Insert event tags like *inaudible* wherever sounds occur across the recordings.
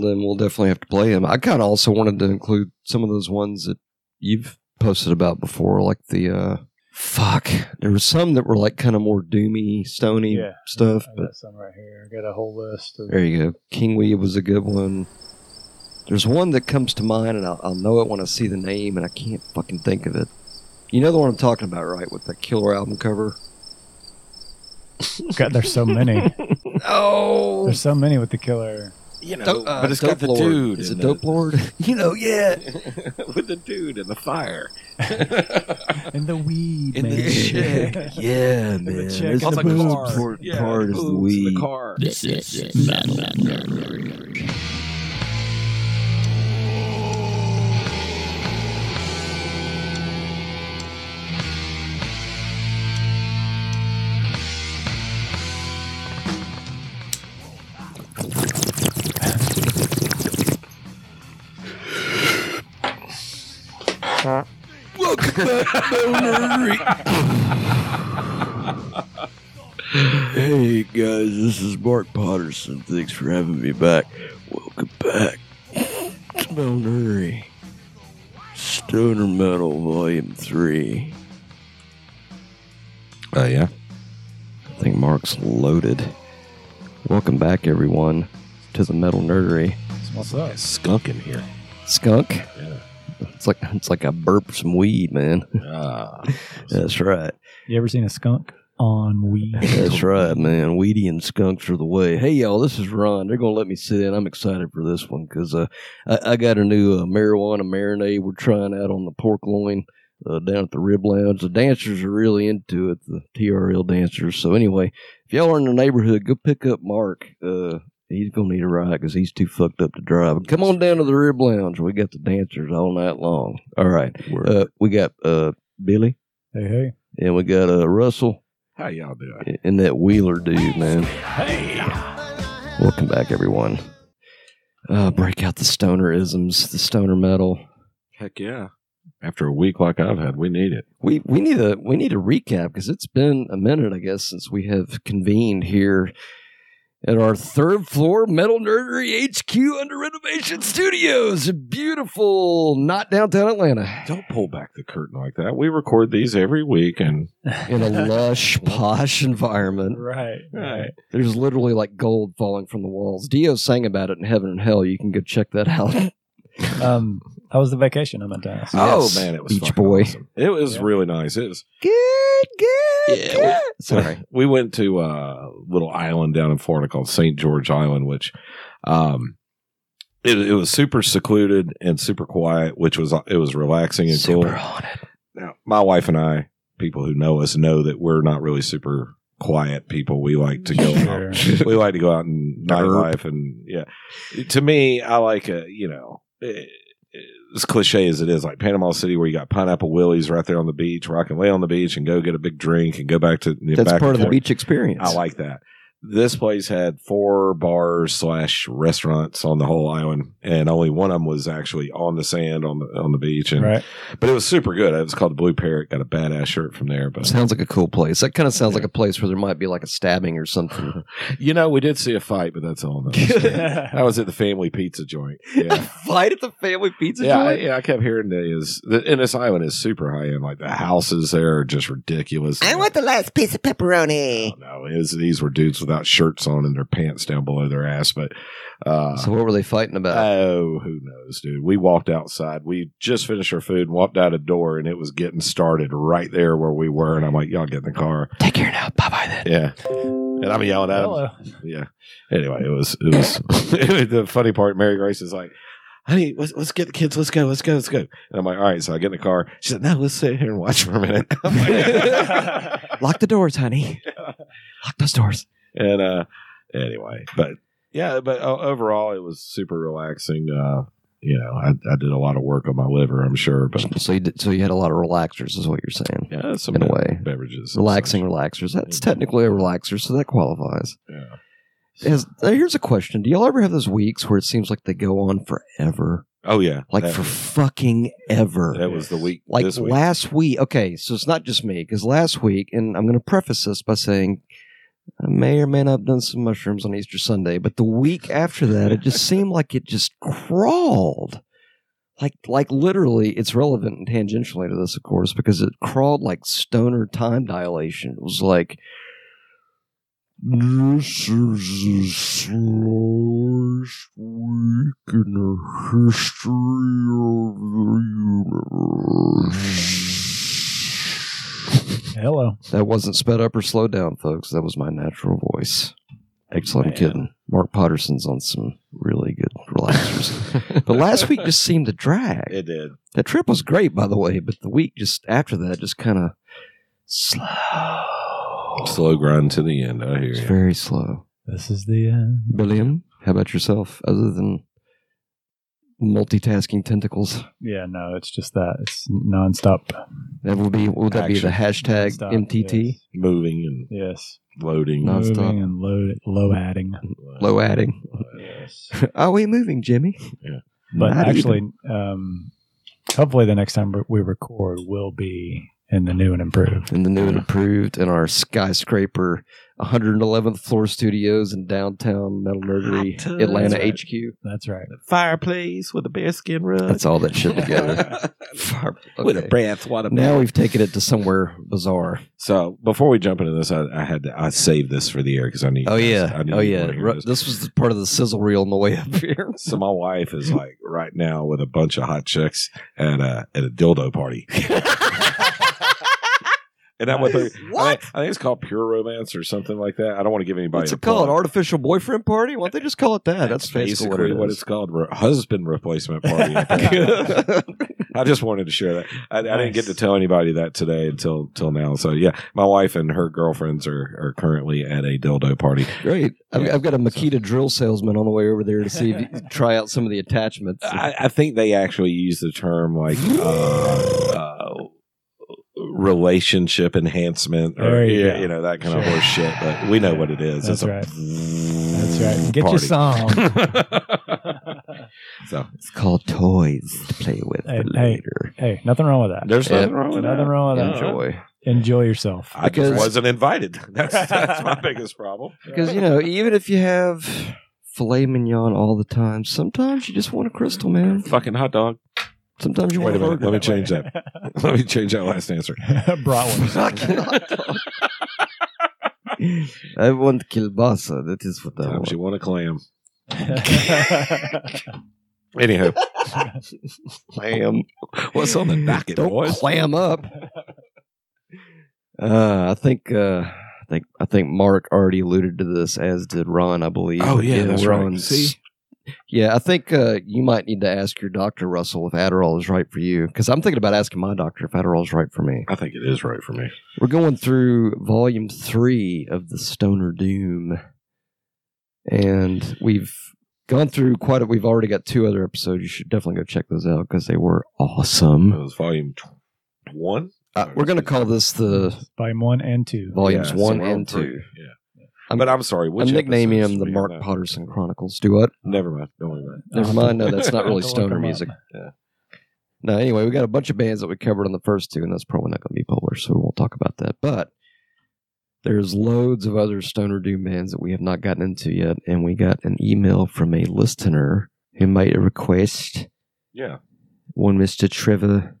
then we'll definitely have to play him. I kind of also wanted to include some of those ones that you've posted about before, like the uh, fuck. There was some that were like kind of more doomy, stony Yeah. stuff. I But got some right here. I got a whole list of there you go. King Wee was a good one. There's one that comes to mind, and I'll, I'll know it when I see the name, and I can't fucking think of it. You know the one I'm talking about, right? With the killer album cover. God, there's so *laughs* many. Oh, There's so many with the killer. You know, Dope- uh, but it's got Dope the Lord. dude. Is and it the- Dope Lord? you know, yeah. *laughs* with the dude and the fire. And the weed, And the man. *laughs* chick. Yeah, the man. chick That's in the the most car. important Yeah, part is the boobs in weed. The car. This is Metal Nerd. Hey guys, this is Mark Potterson. Thanks for having me back. Welcome back. Stonery. Stoner Metal Volume 3. Oh, yeah. I think Mark's loaded. Welcome back, everyone, to the Metal Nerdery. What's up? It's skunk in here. Skunk? Yeah. It's like it's like I burp some weed, man. *laughs* Ah. That's right. You ever seen a skunk *laughs* on weed? That's right, man. Weedy and skunks are the way. Hey, y'all, this is Ron. They're going to let me sit in. I'm excited for this one because uh, I, I got a new uh, marijuana marinade we're trying out on the pork loin uh, down at the Rib Lounge. The dancers are really into it, the TRL dancers. So, anyway, if y'all are in the neighborhood, go pick up Mark. Uh, he's going to need a ride because he's too fucked up to drive. Come on down to the Rib Lounge. We got the dancers all night long. All right. Uh, we got uh, Billy Hey, hey. and we got uh, Russell How y'all doing? and that Wheeler dude, man. Hey. Welcome back, everyone. Uh, break out the stonerisms, the stoner metal. Heck yeah. After a week like I've had, we need it. We we need a we need a recap because it's been a minute, I guess, since we have convened here at our third floor metal nerdery HQ under renovation studios, in beautiful, not downtown Atlanta, Don't pull back the curtain like that. We record these every week, and in a lush, posh environment. Right. Right. There's literally like gold falling from the walls. Dio sang about it in Heaven and Hell. You can go check that out. Um, how was the vacation I'm in town? oh Yes, man, it was Beach fucking Boy. awesome. It was Yeah. really nice. It was. *laughs* Good, good, Yeah, good. Sorry. we went to a little island down in Florida called St. George Island, which um, it, it was super secluded and super quiet, which was it was relaxing and cool. haunted. Now, my wife and I, people who know us, know that we're not really super quiet people. We like to go out *laughs* Sure. we like to go out and Derp. nightlife and yeah. To me, I like a you know eh, eh, as cliche as it is, like Panama City where you got pineapple willies right there on the beach, where I can lay on the beach and go get a big drink and go back to you know, That's back part and of the forth. beach experience. I like that. This place had four bars slash restaurants on the whole island, and only one of them was actually on the sand on the on the beach. And *laughs* Right. but it was super good. It was called the Blue Parrot. Got a badass shirt from there. But Sounds like a cool place. That kind of sounds like a place where there might be like a stabbing or *laughs* something. you know, we did see a fight, but that's all. That *laughs* I was at the family pizza joint. Yeah. Fight at the family pizza yeah, I, joint. yeah, I kept hearing they is the, and this island is super high end. Like the houses there are just ridiculous. I want the last piece of pepperoni. No, it was, these were dudes without shirts on and their pants down below their ass. But uh, so what were they fighting about? oh, who knows, dude? We walked outside. We just finished our food and walked out a door, and it was getting started right there where we were. And I'm like, y'all get in the car. Take care now. Bye bye then. Yeah. And I'm yelling at him. Hello. Yeah. Anyway, it was it was *laughs* the funny part. Mary Grace is like, "Honey, let's, let's get the kids. Let's go. Let's go. Let's go." And I'm like, "All right." So I get in the car. She said, "No, let's sit here and watch for a minute." *laughs* I'm *laughs* like- Lock the doors, *laughs* honey. Lock those doors. and uh, anyway, but yeah, but o- overall, it was super relaxing. Uh, you know, I, I did a lot of work on my liver, I'm sure, but So you did, so you had a lot of relaxers, is what you're saying. yeah, some In a be- way. beverages, and Relaxing such. relaxers. That's technically a relaxer, so that qualifies. Yeah. Is- now here's a question: Do y'all ever have those weeks where it seems like they go on forever, Oh yeah, like that, for fucking ever? that was the week. like this week. *laughs* last week okay so it's not just me because last week and i'm going to preface this by saying I may or may not have done some mushrooms on Easter Sunday, but the week after that, it just seemed like it just crawled. Like, like literally, it's relevant and tangentially to this, of course, because it crawled like stoner time dilation. It was like, this is the slowest week in the history of the universe. Hello. That wasn't sped up or slowed down, folks. That was my natural voice. Excellent Man. kidding. Mark Potterson's on some really good relaxers. but last week just seemed to drag. it did. the trip was great, by the way, but the week just after that just kind of slow. Slow grind to the end. I hear It's you. very slow. This is the end. Billiam, how about yourself? Other than multitasking tentacles, Yeah, no, it's just that. It's nonstop. that would be would that be the hashtag Nonstop, MTT? yes. Moving and Yes. loading. No. Nonstop. Oh, Moving and low, low adding. Low adding. Yes. Are we moving, Jimmy? *laughs* But Not actually, um, hopefully the next time we record will be in the new and improved. in the new and improved in our skyscraper 111th floor studios in downtown metal nerdery Hot tub. atlanta That's right. hq That's right. Fireplace with a bearskin rug. that's all that shit *laughs* together Far- With a okay. breath, what a now we've taken it to somewhere bizarre So before we jump into this, I, I had to, I saved this for the air because I need. oh I yeah knew oh you yeah wanna hear Ru- this. this was the part of the sizzle reel on the way up *laughs* here So my wife is like right now with a bunch of hot chicks at a at a *laughs* dildo party. And that what they, I, What? think, I think it's called pure romance or something like that. I don't want to give anybody. what's a it called plug. artificial boyfriend party why don't they just call it that that's, basically basically what it is it's called. re- husband replacement *laughs* party. I *laughs* just wanted to share that. I, I didn't get to Nice. tell anybody that today until till now. So yeah, my wife and her girlfriends are are currently at a dildo party. Great! I've, Yeah. I've got a Makita drill salesman on the way over there to see if *laughs* he try out some of the attachments. I, I think they actually use the term like uh, uh, relationship enhancement or There you yeah, go. you know that kind of Sure. horse shit. But we know what it is. That's it's right. A That's right. Get your party. *laughs* song. so It's called toys to play with Hey, for hey. later. hey, nothing wrong with that. there's Yeah. nothing wrong with nothing that. wrong with that. Yeah. Enjoy. Enjoy yourself. I just Because- wasn't invited. *laughs* That's, *laughs* that's my biggest problem. Because you know, even if you have filet mignon all the time, sometimes you just want a crystal, man. Fucking hot dog. Sometimes you Wait want a a minute, burger. let me change that. *laughs* Let me change that last answer. *laughs* Bratwurst. Fucking hot dog. *laughs* I want kielbasa. That is what I Sometimes want. you want a clam. Anyhow, Clam. what's on the docket, Don't boys? clam up. Uh, I think. Uh, I think. I think Mark already alluded to this, as did Ron. I believe. Oh, yeah, that's we're right. on s- See? Yeah, I think uh, you might need to ask your doctor, Russell, if Adderall is right for you. Because I'm thinking about asking my doctor if Adderall is right for me. I think it is right for me. We're going through volume three of the Stoner Doom, and we've gone through quite a. We've already got two other episodes. You should definitely go check those out because they were awesome. It was volume tw- one. Uh, we're going to call this the Volume one and two. volumes Yeah, so one we're on and three. two. Yeah. I'm, but I'm sorry. Which I'm nicknaming episodes him the we Mark have now? Potterson Chronicles. Do what? Never mind. Don't worry about it. Uh, *laughs* Never mind. No, that's not really Don't look stoner them up. music. Yeah. No, anyway, we got a bunch of bands that we covered on the first two, and that's probably not going to be published, so we won't talk about that. But there's loads of other stoner doom bands that we have not gotten into yet, and we got an email from a listener who made a request. Yeah. One Mister Trevor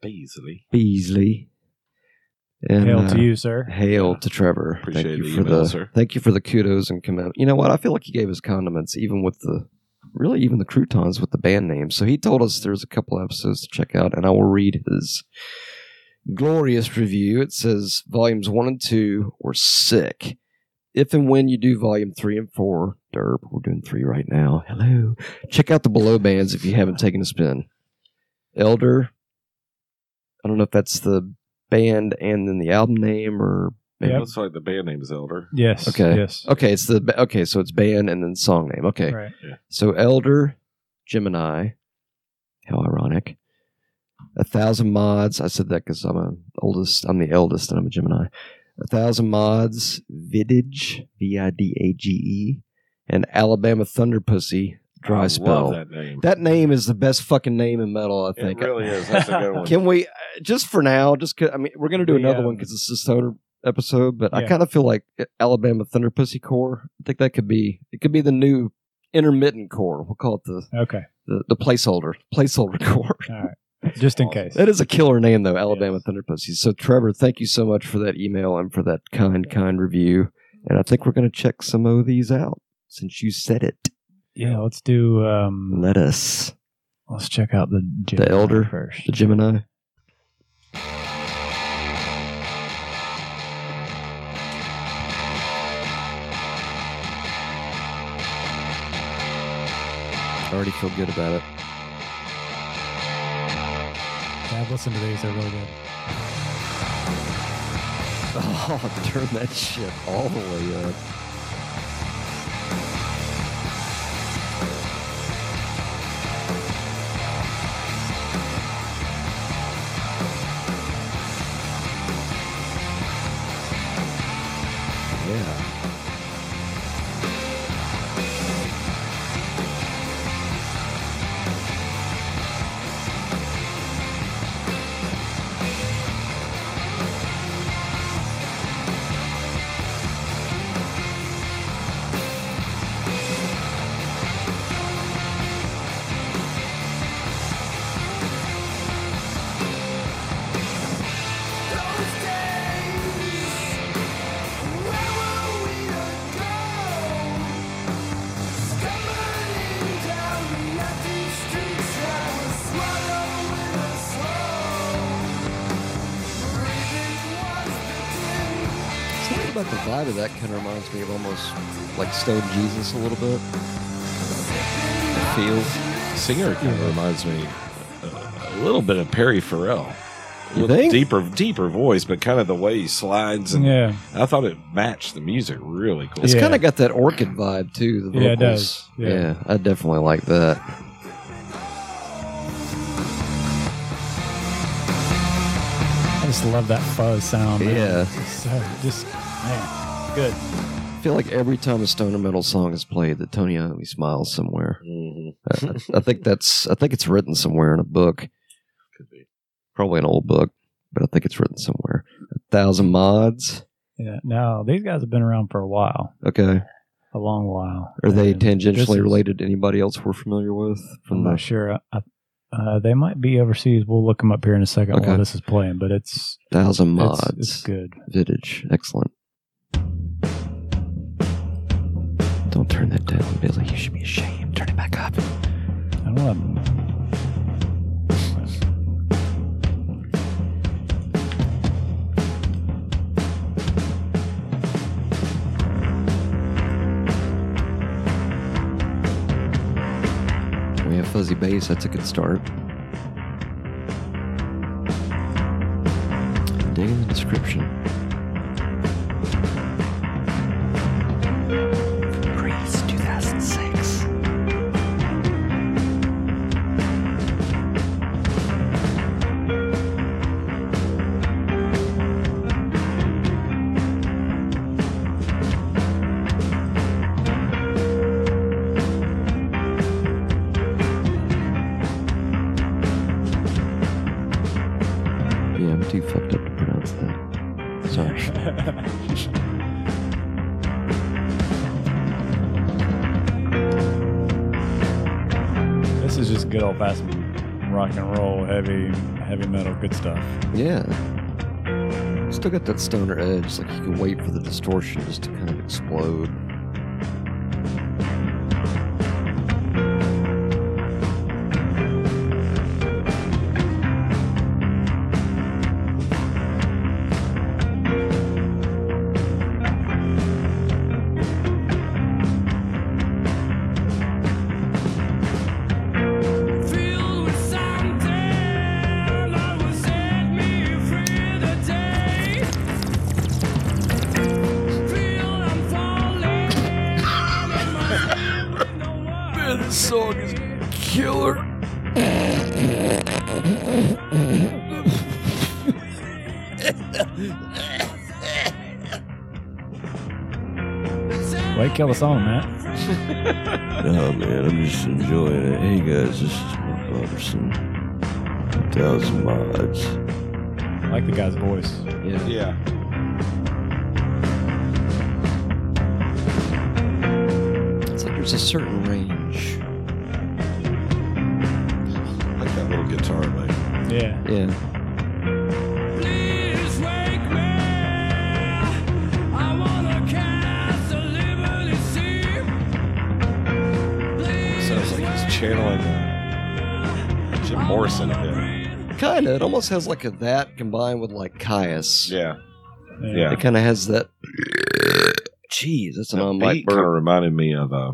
Beasley. Beasley. And, Hail uh, to you, sir. Hail to Trevor. Appreciate thank you the for email, the sir. thank you for the kudos and comment. You know what? I feel like he gave us condiments even with the really even the croutons with the band names. So he told us there's a couple episodes to check out and I will read his glorious review. It says volumes 1 and 2 were sick. If and when you do volume 3 and 4, derp, we're doing 3 right now. Hello. Check out the below bands if you haven't taken a spin. Elder I don't know if that's the band and then the album name or Yep. It looks like the band name is Elder. Yes. Okay. Yes. Okay, it's the okay, so it's band and then song name. Okay, Right. so Elder, Gemini, how ironic. A thousand mods. I said that because I'm a oldest. I'm the eldest, and I'm a Gemini. A thousand mods. Vidage, V I D A G E, and Alabama Thunder Pussy. Dry I spell. Love that name. That name is the best fucking name in metal. I it think. *laughs* really is. That's a good one. Can we uh, just for now? Just 'cause- I mean, we're gonna do We, another um, one because it's a stoner episode, but I Yeah. kind of feel like uh, Alabama Thunder Pussy Core. I think that could be it. Could be the new intermittent core. We'll call it the Okay. the, the placeholder placeholder *laughs* core. All right. Just in case. That is a killer name though, Alabama Thunder Pussies. So Trevor, thank you so much for that email and for that kind kind review. And I think we're going to check some of these out since you said it. Yeah. Let's do. Um, Let us let's check out the Gemini elder. first. the Gemini. I already feel good about it. Yeah, I've listened to these. They're really good. *laughs* Oh, turn that shit all the way up. Yeah. Something about the vibe of that kind of reminds me of almost like Stone Jesus a little bit. It feels. Singer kind of reminds me uh, a, a little bit of Perry Farrell. You With a think? Deeper, deeper voice, but kind of the way he slides, and Yeah. I thought it matched the music really cool. It's Yeah. kind of got that orchid vibe too. The vocals. Yeah, it does. Yeah. Yeah. I definitely like that. I just love that fuzz sound. man. Yeah. So just man, good. I feel like every time a stoner metal song is played, that Tony Iommi smiles somewhere. Mhm. I, I think that's. I think it's written somewhere in a book. Could be. Probably an old book, but I think it's written somewhere. A thousand mods. Yeah. Now these guys have been around for a while, Okay. a long while. Are they And this tangentially is- related to anybody else we're familiar with? I'm From not the sure. I, uh, they might be overseas. We'll look them up here in a second Okay. while this is playing. But it's thousand mods. it's, it's good. Vintage. Excellent. Don't turn that down, Billy. You should be ashamed. Turn it back up. I don't know. We have fuzzy bass. That's a good start. Digging the description. Greece, 2006. Yeah, I'm too fucked up to pronounce that. Sorry. This is just good old fashioned rock and roll, heavy heavy metal, good stuff. Yeah. Still got that stoner edge, like you can wait for the distortion just to kind of explode. Man, this song is killer. Way to kill the song, Matt. No, Oh, man, I'm just enjoying it. Hey guys, this is Mark Robertson. A thousand mods. I like the guy's voice. Yeah. Yeah. there's a certain range. I like that little guitar, like Yeah. Yeah. sounds like he's channeling uh, Jim Morrison a bit. Kind of. It almost has like a that combined with like Caius. Yeah, Yeah. It kind of has that. Jeez, that's an that on beat kind of reminded me of uh,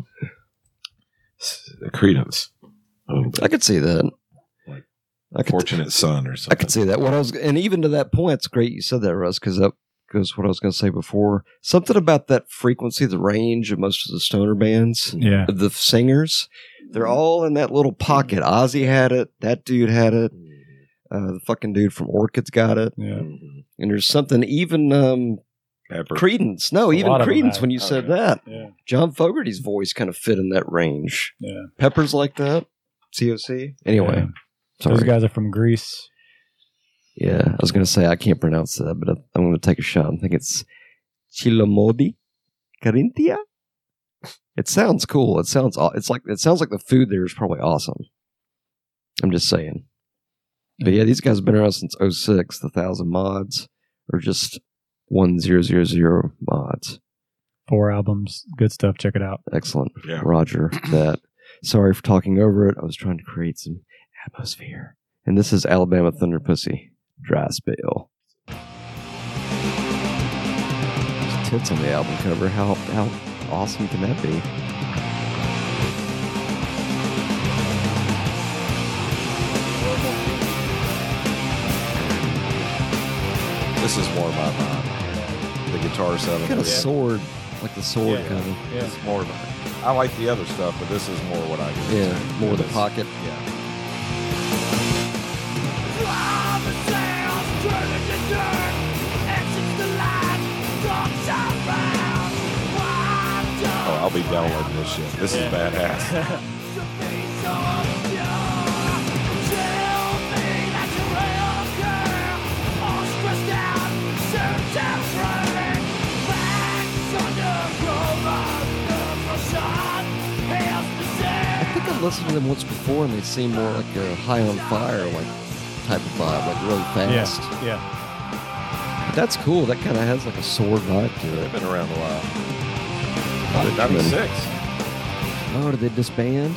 s- Credence, a little bit. I could see that. Like, I could, Fortunate Son or I something. could see that. What I was, and even to that point, it's great you said that, Russ, because that goes what I was going to say before. Something about that frequency, the range of most of the stoner bands, Yeah. the singers, they're all in that little pocket. Ozzy had it. That dude had it. Mm-hmm. Uh, the fucking dude from Orchids got it. Yeah. Mhm. And there's something even um, Pepper. Credence. No, A even lot of them Credence had- when you oh, said yeah. that. Yeah. John Fogerty's voice kind of fit in that range. Yeah. Peppers like that. COC. Anyway, Yeah. sorry. Those guys are from Greece. yeah, I was going to say I can't pronounce that, but I- I'm going to take a shot. I think it's Chilomodi Carinthia. It sounds cool. It sounds aw- it's like it sounds like the food there is probably awesome. I'm just saying. But yeah, these guys have been around since 06, the 1000 mods or just 1000 mods. Four albums. Good stuff. Check it out. Excellent. Yeah. *clears throat* Roger that. Sorry for talking over it. I was trying to create some atmosphere. And this is Alabama Thunder Pussy, Dry Spell. There's Tits on the album cover. How how awesome can that be? This is more my vibe. The guitar sound. Got a sword, like the sword Yeah. kind of. Yeah. It's more. of a- I like the other stuff, but this is more what I. get Yeah, into. more the This- pocket. Yeah. Oh, I'll be downloading this shit. This is badass. I think I've listened to them once before, and they seem more like a high on fire like type of vibe, like really fast. Yeah. Yeah. But that's cool. That kind of has like a sword vibe to *laughs* They've it. been around a while. Ninety-six. Oh, did they disband?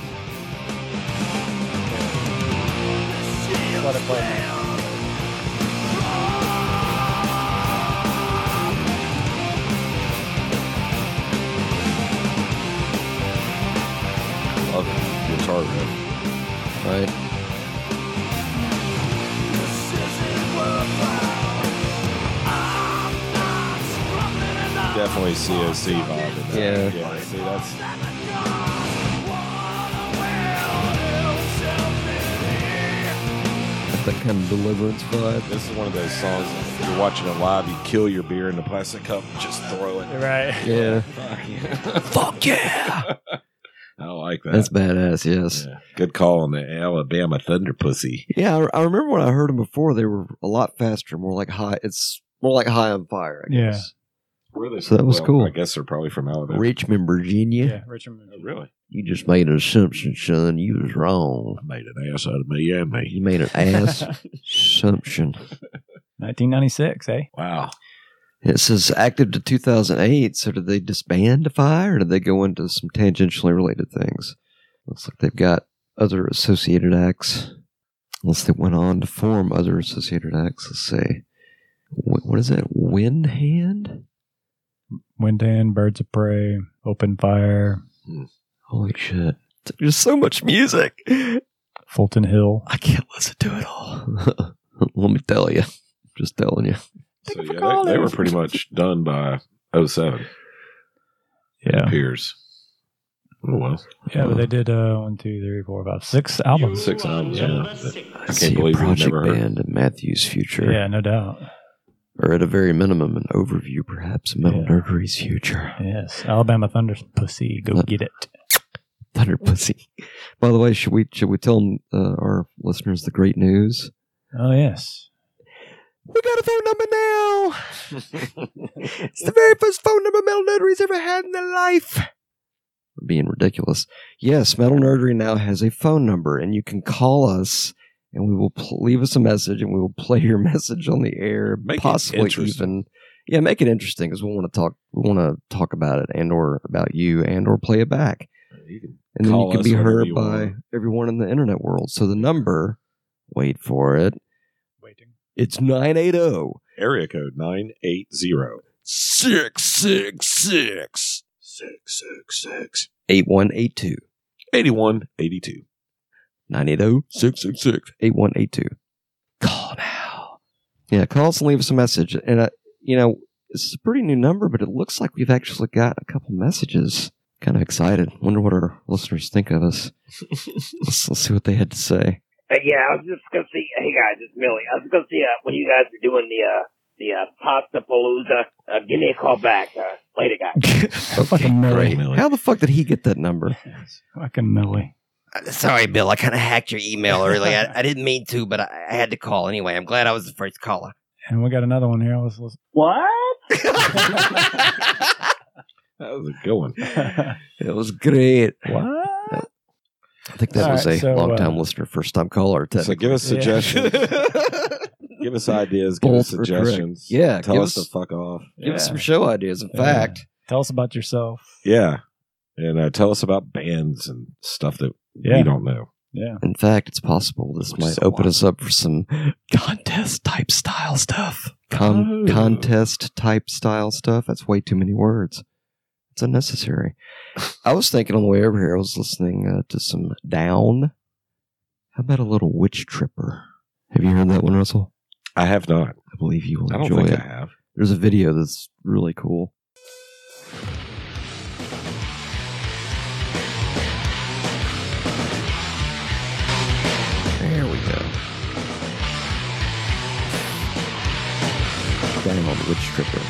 Love the guitar riff. Right. Definitely COC vibe. in that. Yeah. Yeah. See, that's That kind of deliverance vibe. this is one of those songs. that if you're watching it live, you kill your beer in the plastic cup and just *laughs* throw it. Right. Yeah. Fuck yeah! I like that. That's badass, yes. Yeah. Good call on the Alabama Thunder Pussy. Yeah, I, I remember when I heard them before, they were a lot faster, more like high. It's more like high on fire, I Yeah. guess. Where they So that was cool. I guess they're probably from Alabama. Richmond, Virginia. Yeah. Richmond. *laughs* Oh, really? You just made an assumption, son. You was wrong. I made an ass out of me and me. You made an *laughs* ass assumption. 1996, eh? Wow. It says active to 2008. So did they disband Defy or did they go into some tangentially related things? Looks like they've got other associated acts. Unless they went on to form other associated acts. Let's see. Wh- What is that? Wind Hand? Wind in, Birds of Prey, Open Fire, Holy shit. There's so much music. Fulton Hill. I can't listen to it all. *laughs* Let me tell you. Just telling you. So, yeah, they, they were pretty much done by 07, Yeah. Piers. Oh, well. Yeah, but they did uh, one, two, three, four, five, six albums. Six albums, Oh, yeah. I, can't see believe a we've project never heard. band in Matthew's future. Yeah, no doubt. or at a very minimum, an overview, perhaps, of Metal Yeah. Nerdery's future. *laughs* Yes. Alabama Thunder Pussy. Go Uh, get it. Thunder Pussy. By the way, should we should we tell uh, our listeners the great news? Oh, yes. We got a phone number *laughs* now. it's the very first phone number Metal Nerdery's ever had in their life. being ridiculous. Yes, Metal Nerdery now has a phone number, and you can call us, and we will pl- leave us a message, and we will play your *laughs* message on the air. Make it possibly interesting. even, yeah, make it interesting because we want to talk. We want to talk about it, and or about you, and or play it back, You can and then Call you can us be whenever heard you by want. everyone in the internet world. So the number, wait for it, Waiting. it's nine eight oh zero. Area code 980. Six six six eight one eight two 8182. nine eight zero six six six eight one eight two. Call now. Yeah, call us and leave us a message. And uh, you know, it's a pretty new number, but it looks like we've actually got a couple messages. Kind of excited. Wonder what our listeners think of *laughs* us. let's, let's see what they had to *laughs* say. Uh, yeah, I was just gonna see. Hey guys, it's Millie. I was gonna see uh, when you guys were doing the uh, the uh, pasta palooza. Uh, give me a call back. Uh, later, guys. Fucking Millie. Millie. How the fuck did he get that number? Fucking Millie. Uh, Sorry, Bill. I kind of hacked your email early. I, I didn't mean to, but I, I had to call anyway. I'm glad I was the first caller. And we got another one here. Let's *laughs* listen. What? That was a good one. It was great. what? I think that All was right, a so, long time uh, listener, first time caller. *laughs* So give us Yeah. suggestions. *laughs* give us ideas. Give us Both are correct. suggestions. Yeah, Tell give us us- to fuck off. Give us Yeah. some show ideas. In Yeah. fact, Tell us about yourself. Yeah. And uh, tell us about bands and stuff that Yeah. we don't know. Yeah. in fact, it's possible this Which is might a open lot. us up for some contest type style stuff. Con- Oh. Contest type style stuff. That's way too many words. It's unnecessary. I was thinking on the way over here, I was listening uh, to some Down. How about a little Witch Tripper? Have you heard that one, Russell? I have not. I believe you will I don't enjoy think it. I have. There's a video that's really cool. There we go. Down on the witch stripper.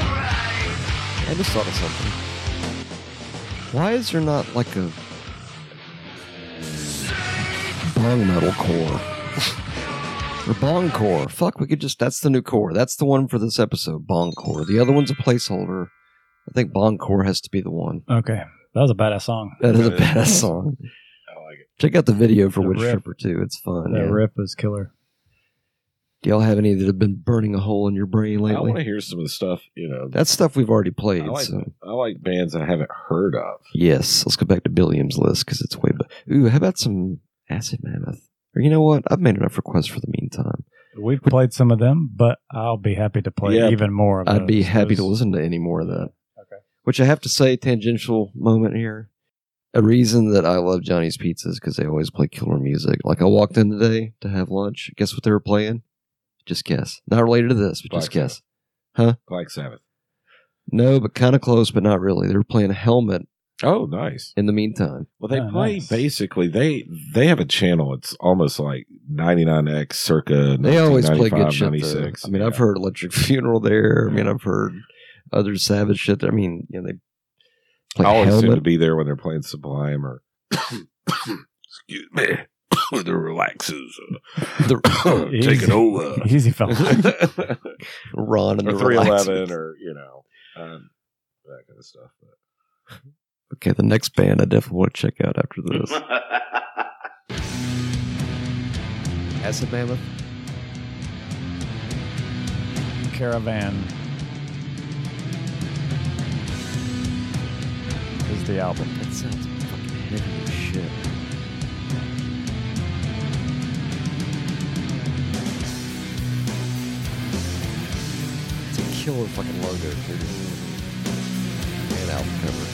I just thought of something. Why is there not like a bong metal core *laughs* or bong core? Fuck, we could just—that's the new core. That's the one for this episode. Bong core. The other one's a placeholder. I think bong core has to be the one. Okay. That was a badass song. That is a That badass song. I like it. Check out the video for The Witch riff. Stripper too. It's fun. That yeah. rip was killer. Do y'all have any that have been burning a hole in your brain I want to lately? hear some of the stuff, you know. That's stuff we've already played. I like so. I like bands I haven't heard of. Yes, let's go back to Billiam's list because it's way. But ooh, how about some Acid Mammoth? Or you know what? I've made enough requests for the meantime. We've played some of them, but I'll be happy to play Yeah, even more of I'd be those. happy to Those- listen to any more of that. Okay. Which I have to say, tangential moment here. A reason that I love Johnny's Pizzas because they always play killer music. Like I walked in today to have lunch. Guess what they were playing? Just guess. Not related to this, but just Black guess. Black Sabbath. No, but kind of close, but not really. They were playing Helmet Oh, nice. in the meantime. Well, they Oh, play nice. basically they they have a channel. It's almost like 99x circa. They always play good 1995, shit. Though. 96. I mean, I've Yeah. heard Electric *laughs* Funeral there. I mean, I've heard other savage shit. There. I mean, you know, they play I always seem to Helmet. be there when they're playing Sublime or. *coughs* Excuse me. *coughs* the relaxes *coughs* The Easy. taking *laughs* over. *laughs* Easy fella. Ron and or the *coughs* three Relaxes. eleven, or you know, um, that kind of stuff. But Okay, the next band I definitely want to check out after this. Acid Mammoth. Caravan is the album. That sounds fucking heavy as shit. It's a killer fucking logo, dude. And album cover.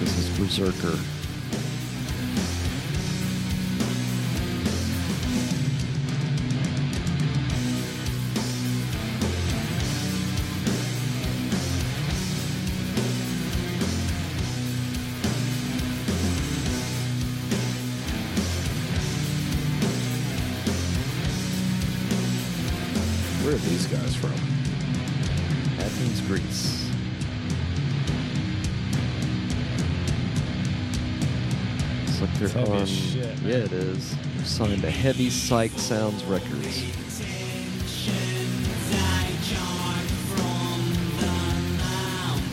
This is Berserker. Where are these guys from? Athens, Greece. It's like It's they're heavy on. as shit, man. yeah, it is. They're signed to Heavy Psych Sounds Records.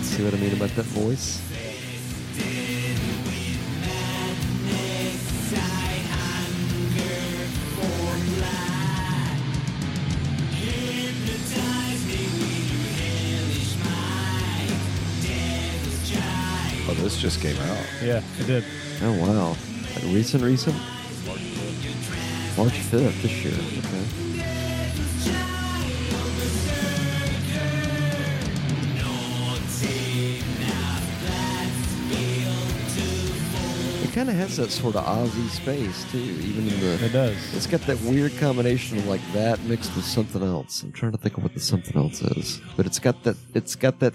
See what I mean about that voice? Oh, this just came out. Yeah, it did. Oh wow! Like recent, recent. March fifth this year. Okay. It kind of has that sort of Aussie space too, even in the. It does. It's got that weird combination of like that mixed with something else. I'm trying to think of what the something else is, but it's got that. It's got that.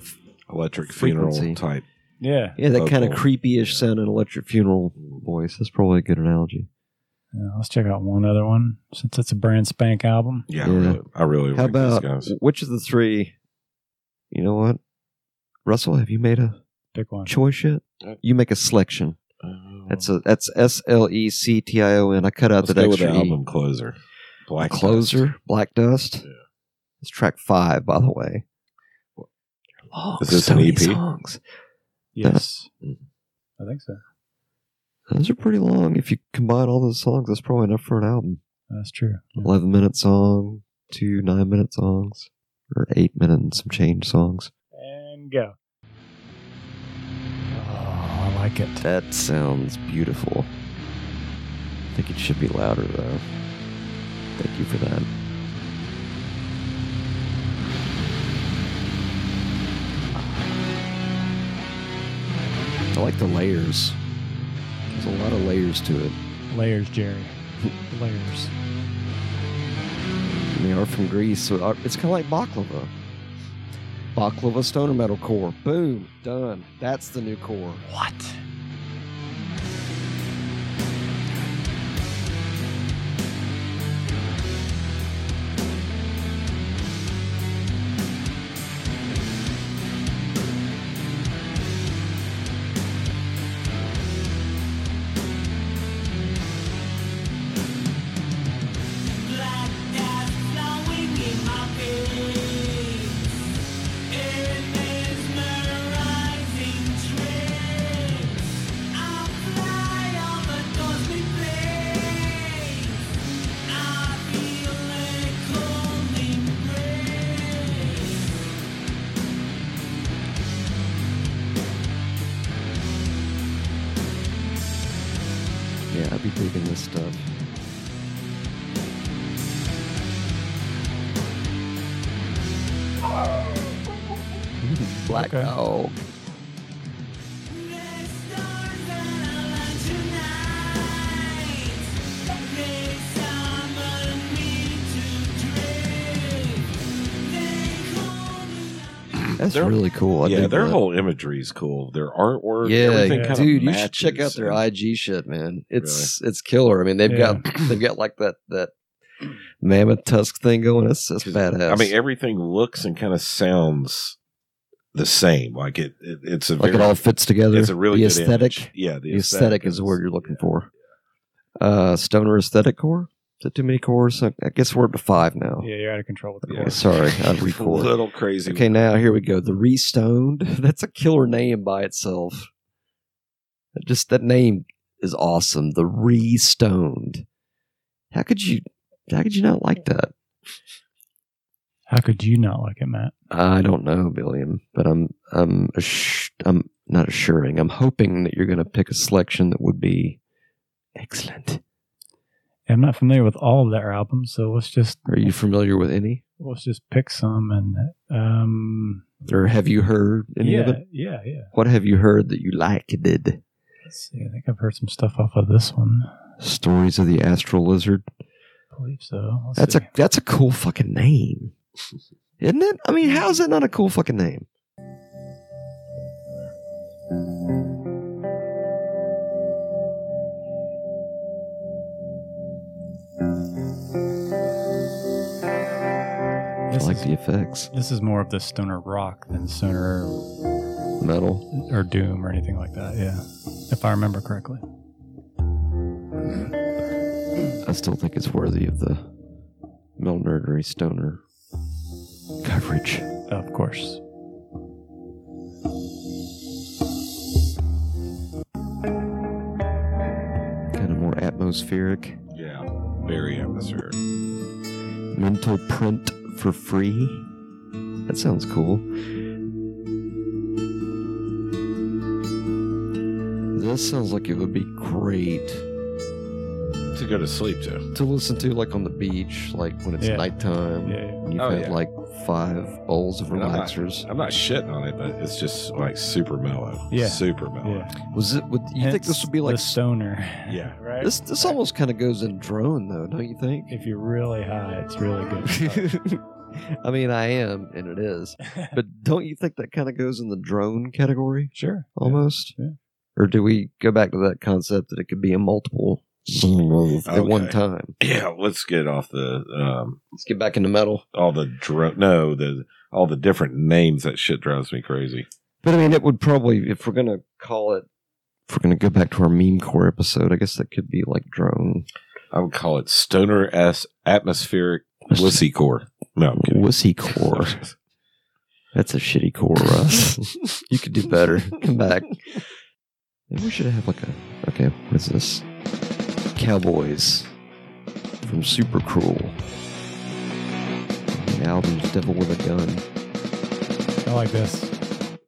Electric Frequency. funeral type. Yeah. Yeah, that kind of Vocal. creepy-ish sounding electric funeral voice. That's probably a good analogy. yeah. Let's check out one other one since it's a brand spank album. Yeah, Yeah. I really, I really How like about these guys. which of the three? You know what, Russell? Have you made a Pick one. choice yet? Uh, You make a selection. That's a that's S L E C T I O N. I cut out that Let's go with extra the E. album closer. Black Closer, Black Dust. Yeah. It's track five, by the way. Long, Is this an stony EP? Songs. Yes. Mm. I think so. Those are pretty long. If you combine all those songs, that's probably enough for an album. That's true. Hmm. Yeah. 11 minute song, two nine minute songs, or eight minute and some change songs. And go. Oh, I like it. That sounds beautiful. I think it should be louder though. Thank you for that. I like the layers. There's a lot of layers to it. Layers, Jerry. Layers. And they are from Greece, so uh, it's kind of like baklava. Baklava stoner metal core. Boom, done. That's the new core. What? Yeah, I'd be digging this stuff. Black Okay. *clears throat* Dog. That's They're- really cool. I yeah, dig their that. whole imagery is cool. Their artwork, Yeah, everything yeah. kind dude, of you should check out matches. their IG shit, man. It's it's killer. I mean, they've Yeah. got they've got like that that mammoth tusk thing going. That's that's 'Cause, badass. I mean, everything looks and kind of sounds the same. Like it, it it's a like very, it all fits together. It's a really the good aesthetic. image. Yeah, the The aesthetic is the word you're looking for. Uh, stoner aesthetic core. Is that too many cores? I, I guess we're up to five now. Yeah, you're out of control with the Yeah. Okay, course. *laughs* sorry, I A record. little crazy. Okay, now here we go. The Restoned. *laughs* That's a killer name by itself. That Just that name is awesome. The Restoned. How could you? How could you not like that? How could you not like it, Matt? I don't know, Billiam, but I'm I'm ass- I'm not assuring. I'm hoping that you're going to pick a selection that would be excellent. I'm not familiar with all of their albums, so let's just Are you familiar with any, let's just pick some and um or have you heard any yeah, of it? yeah, yeah. What have you heard that you liked? Let's see. I think I've heard some stuff off of this one. Stories of the Astral Lizard. I believe so. Let's That's see. a that's a cool fucking name, isn't it? I mean, how is that not a cool fucking name? this I like is, the effects, this is more of the stoner rock than stoner metal. or doom or anything like that. Yeah, if I remember correctly. I still think it's worthy of the metal nerdery stoner coverage. Of course. Kind of more atmospheric. Yeah. Very atmospheric. Mental print for free. That sounds cool. This sounds like it would be great. To go to sleep to. to listen to like on the beach, like when it's Yeah. nighttime. Yeah. You've Oh, had yeah. like five bowls of And I'm not- relaxers. I'm not shitting on it, but it's just like super mellow. Yeah. Super mellow. Yeah. Was it? Would you think this Hence would be like the stoner? Yeah. *laughs* Right. this? This almost kind of goes in drone though, don't you think? if you're really high, it's really good. *laughs* stuff. I mean, I am, and it *laughs* is. But don't you think that kind of goes in the drone category sure. almost? Yeah. Or do we go back to that concept that it could be a *laughs* multiple at one Okay. time? Yeah, let's get off the um Let's get back into metal. all the dr- no, the all the different names that shit drives me crazy. But I mean, it would probably, if we're gonna call it, if we're gonna go back to our meme core episode, I guess that could be like drone I would call it stoner s atmospheric wussy core. No, I'm kidding. wussy core. That's a shitty core, *laughs* Russ. you could do better. Come back. Maybe we should have like a okay. What's this? Cowboys from Super Cruel. The album's Devil with a Gun. I like this. It's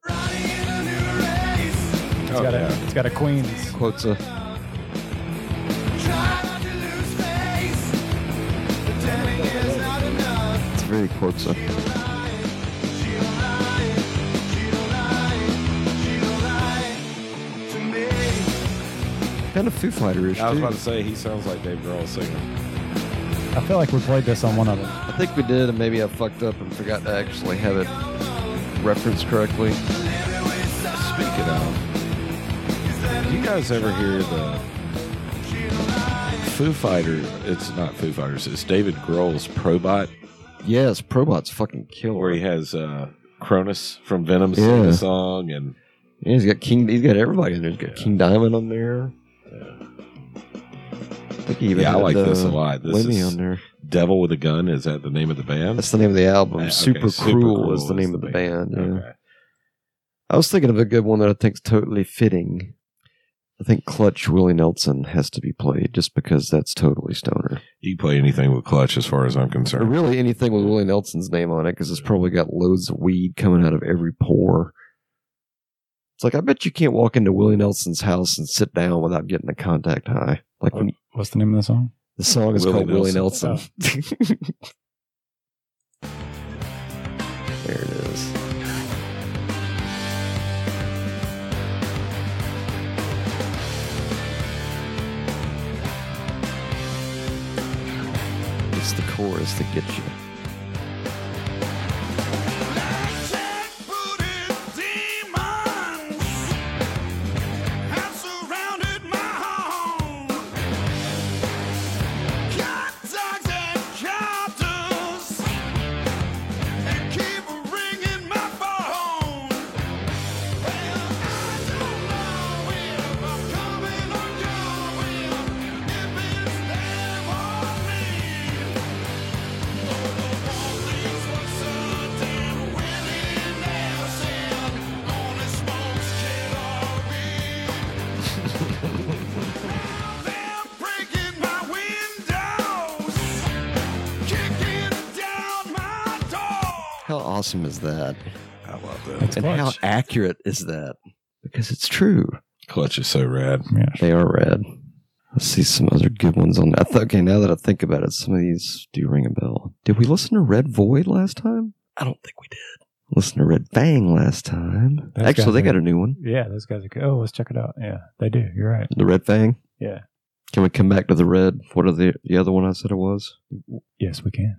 Oh, got yeah. a it's got a Queens. Quotes a It's very quotes up. Kind of Foo Fighters. *laughs* I was too. about to say he sounds like Dave Grohl singing. I feel like we played this on one of them. I think we did, and maybe I fucked up and forgot to actually have it referenced correctly. Speaking of, do you guys ever hear the Foo Fighter? It's not Foo Fighters. It's David Grohl's Probot, Yes, Probot's fucking killer. where he Yeah, has uh, Cronus from Venom sing Yeah. the song, and he's got King. He's got everybody in there. He's got King Diamond on there. I think he even yeah, I had, like this a uh, lot. This Lemmy is on there. Devil with a Gun. Is that the name of the band? That's the name of the album. Uh, okay, Super, Super Cruel, Cruel is the name of the band. yeah. Okay. I was thinking of a good one that I think's totally fitting. I think Clutch Willie Nelson has to be played just because that's totally stoner. You can play anything with Clutch, as far as I'm Or concerned. really anything with Willie Nelson's name on it because it's probably got loads of weed coming out of every pore. It's like I bet you can't walk into Willie Nelson's house and sit down without getting a contact high. Oh, Like when What's the name of the song? the song is Willie called Willie Nelson. *laughs* there it is. It's the chorus that gets you. Coming on your wheel if it's there for me. awesome is that? I love that. and clutch. how accurate is that? Because it's true. Clutch is so rad. Yeah. They are red. Let's see some other good ones on that. Okay, now that I think about it, some of these do ring a bell. Did we listen to Red Void last time? I don't think we did. Listen to Red Fang last time. Those Actually, guys they got are- a new one. Yeah, those guys are good. Oh, let's check it out. Yeah, they do. You're right. The Red Fang. Yeah. Can we come back to the Red? What are the the other one I said it was? Yes, we can.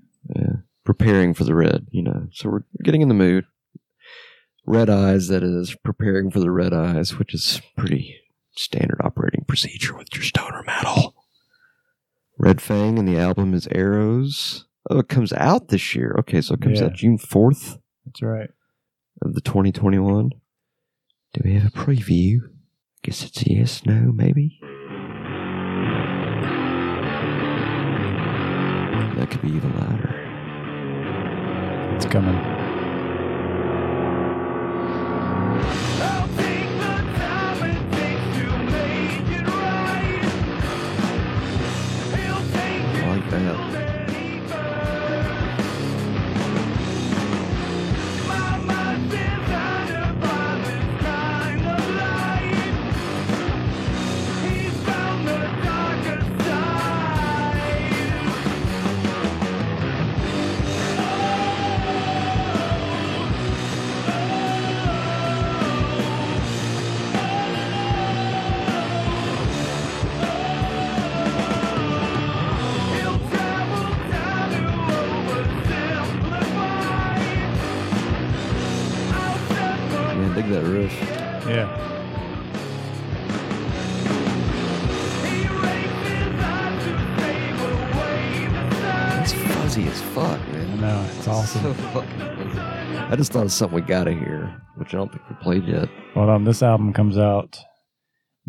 Preparing for the Red. You know, so we're getting in the mood. Red Eyes, that is preparing for the Red Eyes, which is pretty standard operating procedure with your stoner metal. Red Fang and the album is Arrows. Oh, it comes out this year. Okay, so it comes Yeah. out June fourth That's right. of the twenty twenty one. Do we have a preview? Guess it's yes, no, maybe. That could be even louder. It's coming. I like that. Yeah, I dig that riff. Yeah. It's fuzzy as fuck, I man. know. It's So *laughs* awesome. fucking fuzzy. I just thought of something we gotta hear, which I don't think we played yet. Well, um, this album comes out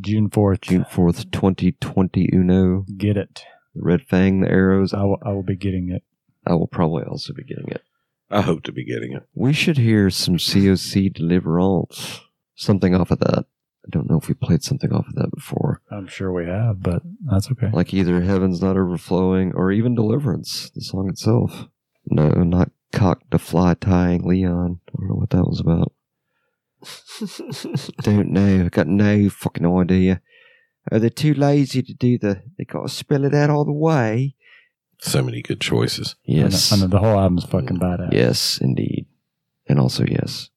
June 4th. June fourth, twenty twenty Uno. Get it. The Red Fang, the Arrows. I I, will, I will be getting it. I will probably also be getting it. I hope to be getting it. We should hear some COC Deliverance. Something off of that. I don't know if we played something off of that before. I'm sure we have, but that's okay. Like either Heaven's Not Overflowing or even Deliverance, the song itself. No, not Cock to Fly Tying Leon. I don't know what that was about. don't know. I got no fucking idea. Are they too lazy to do the. They got to spell it out all the way. So many good choices. I know- Yes. I know, the whole album's fucking badass. Yes, indeed. And also, yes.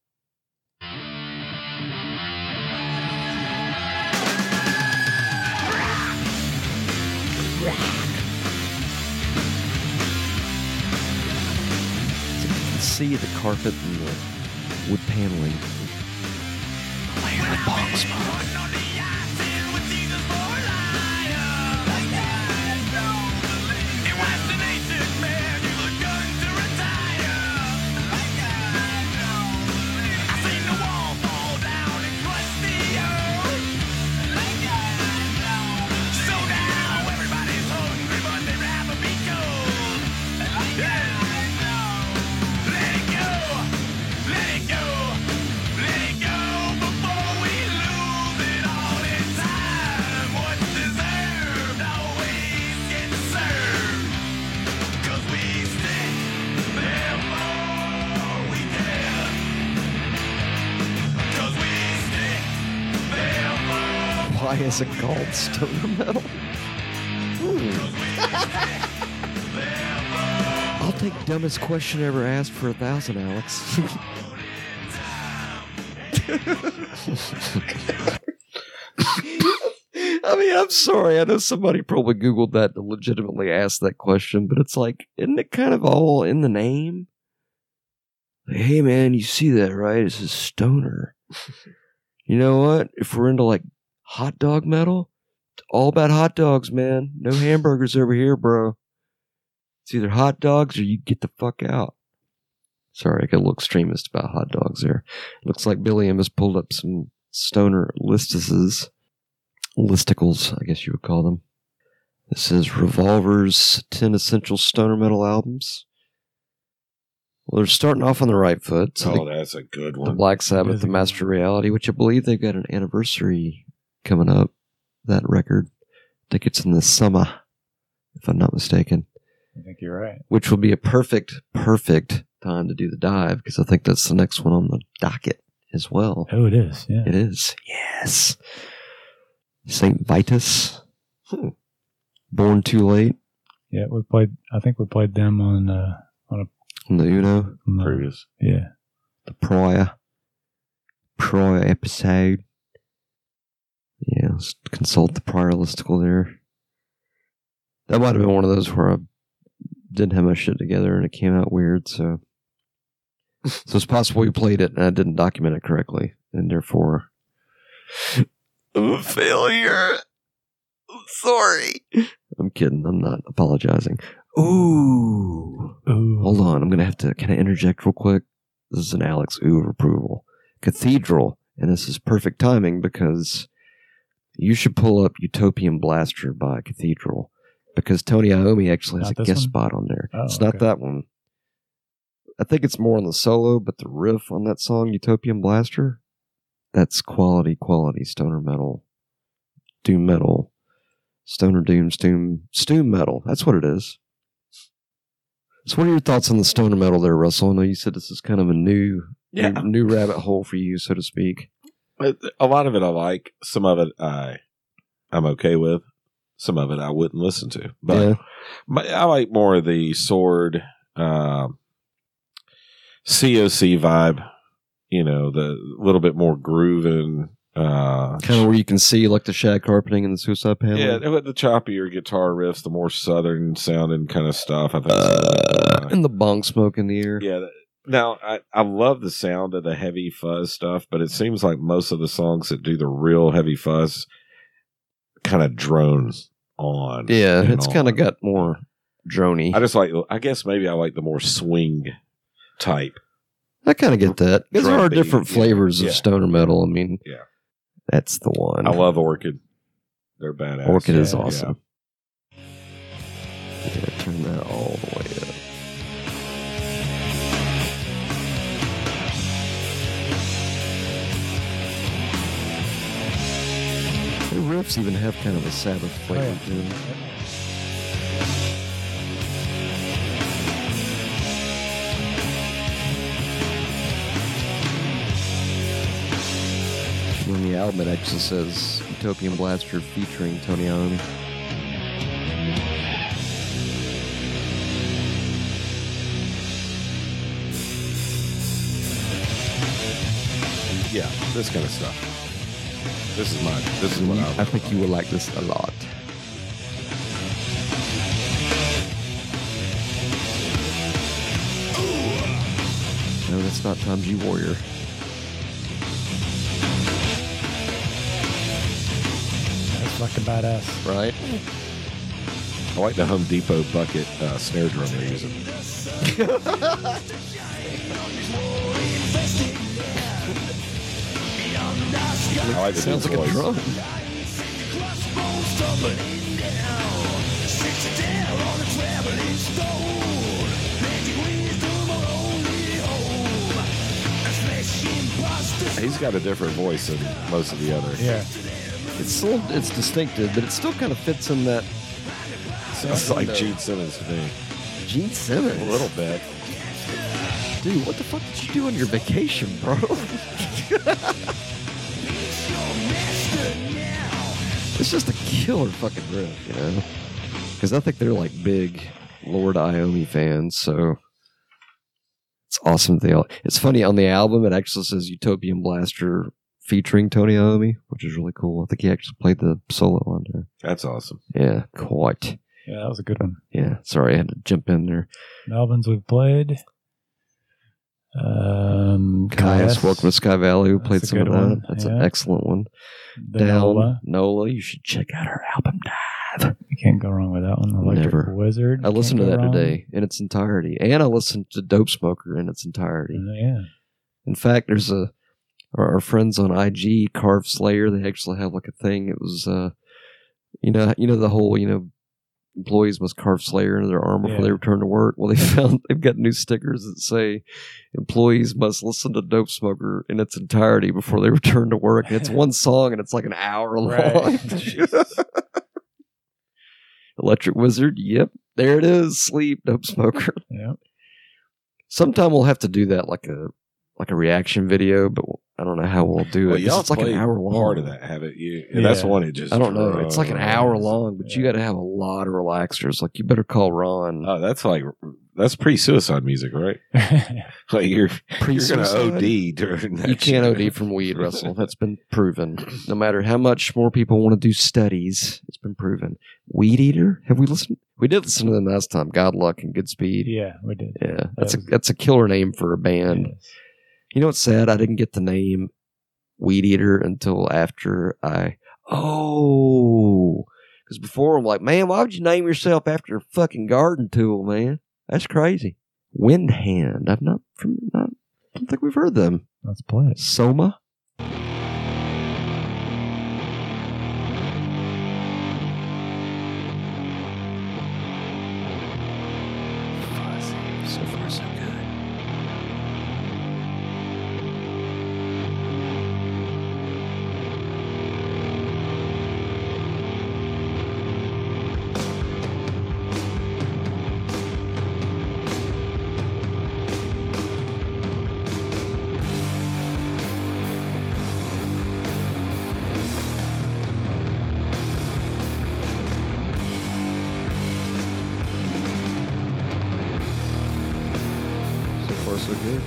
So you can see the carpet and the wood paneling. Why is it called stoner metal? Hmm. I'll take dumbest question ever asked for a thousand, Alex. I mean, I'm sorry. I know somebody probably Googled that to legitimately ask that question, but it's like, isn't it kind of all in the name? Like, hey, man, you see that, right? It's a stoner. You know what? If we're into like hot dog metal, it's all about hot dogs, man. No hamburgers over here, bro. It's either hot dogs or you get the fuck out. Sorry, I got a little extremist about hot dogs there. Looks like Billy M has pulled up some stoner listices. Listicles, I guess you would call them. This is Revolver's 10 Essential Stoner Metal Albums. Well, they're starting off on the right foot. So they Oh, that's a good the one. Black It Sabbath, is the a good Master Reality, which I believe they've got an anniversary coming up. That record, I think it's in the summer, if I'm not mistaken, I think you're right. which will be a perfect, perfect time to do the dive because I think that's the next one on the docket as well. Oh, it is. Yeah. It is. Yes. St. Vitus. Hmm. Born Too Late Yeah. We played. I think we played them on. Uh, on the Uno. on the- Previous. Yeah. the prior prior episode. Yeah, let's consult the prior listicle there. That might have been one of those where I didn't have my shit together and it came out weird, so so it's possible we played it and I didn't document it correctly, and therefore I'm a failure. I'm sorry. I'm kidding. I'm not apologizing. Ooh. Ooh. Hold on, I'm gonna have to kind of interject real quick. This is an Alex Ooh of approval. Cathedral, and this is perfect timing because you should pull up Utopian Blaster by Cathedral because Tony Iommi actually has Not a this guest one? spot on there. Oh, it's not okay. that one. I think it's more on the solo, but the riff on that song Utopian Blaster, that's quality, quality stoner metal, doom metal, stoner doom, stoom, stoom metal. That's what it is. So, what are your thoughts on the stoner metal there, Russell? I know you said this is kind of a new, Yeah. new, new rabbit hole for you, so to speak. But A lot of it I like. Some of it I I'm okay with. Some of it I wouldn't listen to. But yeah, my, I like more of the sword um, COC vibe. You know, the little bit more groove and uh, kind of where you can see like the shag carpeting and the suicide panel. yeah, with the choppier guitar riffs, the more southern sounding kind of stuff. I think. and the bong smoke in the air. yeah. that- Now I, I love the sound of the heavy fuzz stuff, but it seems like most of the songs that do the real heavy fuzz kind of drones on. Yeah, and it's kind on. of got more drony. I just like. I guess maybe I like the more swing type. I kind of get that. 'Cause There Drum are beat, different yeah, flavors yeah. of stoner metal. I mean, Yeah. that's the one. I love Orchid. They're badass. Orchid is Yeah, awesome. Yeah, turn that all the way up. The riffs even have kind of a Sabbath Oh, flavor yeah. to them. On the album, it actually says Utopian Blaster featuring Tony Iommi. Yeah, this kind of stuff. This is my. This is what I. Mm-hmm. I think you will like this a lot. No, that's not Tom G. Warrior. That's fucking badass. Right? I like the Home Depot bucket uh, snare drum they're using. I like the Oh, Sounds deep like a voice. drum. He's got a different voice than most of the others. Yeah. It's still, it's distinctive, but it still kind of fits in that Sounds like Gene Simmons to me. Gene Simmons. A little bit. Dude, what the fuck did you do on your vacation, bro? *laughs* it's just a killer fucking riff, you know? Because I think they're like big Lord Iommi fans, so it's awesome. They all, it's funny on the album, it actually says Utopian Blaster featuring Tony Iommi, which is really cool. I think he actually played the solo on there. That's awesome. Yeah, quite. Yeah, that was a good one. Yeah, sorry, I had to jump in there. Melvins we've played. Um, Caius, welcome to Sky Valley. We played That's a some of good that. one, That's an yeah. excellent one. down. Nola. Nola, you should check out her album. You can't go wrong with that one. Electric Never. Wizard. I listened to Can't that go wrong. today in its entirety, and I listened to Dope Smoker in its entirety. Uh, *laughs* yeah. In fact, there's a our, our friends on IG Carve Slayer. They actually have like a thing. It was, uh, you know, you know the whole you know employees must carve Slayer into their arm before Yeah. they return to work. Well, they *laughs* found they've got new stickers that say employees must listen to Dope Smoker in its entirety before they return to work. And *laughs* it's one song, and it's like an hour long. *laughs* Electric Wizard. Yep, there it is. Sleep, Dope Smoker. *laughs* Yep. Sometime we'll have to do that like a like a reaction video, but I don't know how we'll do Well, it. 'cause y'all it's like an played hour long. Part of that, haven't you? And That's Yeah. one it just. I don't know. It's like an hour drives. long, but you Yeah. got to have a lot of relaxers. Like you better call Ron. Oh, that's like that's pre-suicide music, right? *laughs* Like *laughs* you're you're gonna OD during that. You can't shit. OD from *laughs* weed, Russell. That's been proven. No matter how much more people want to do studies, it's been proven. Weed eater? Have we listened? We did listen to them last time. God luck and good speed. *laughs* yeah, we did. Yeah, that's a was- that's a killer name for a band. Yes. You know what's sad? I didn't get the name Weed Eater until after I. Oh, because before I'm like, man, why would you name yourself after a fucking garden tool, man? That's crazy. Windhand. I've not from not. I don't think we've heard them. Let's play it. Soma. So far, so good. So far, so good.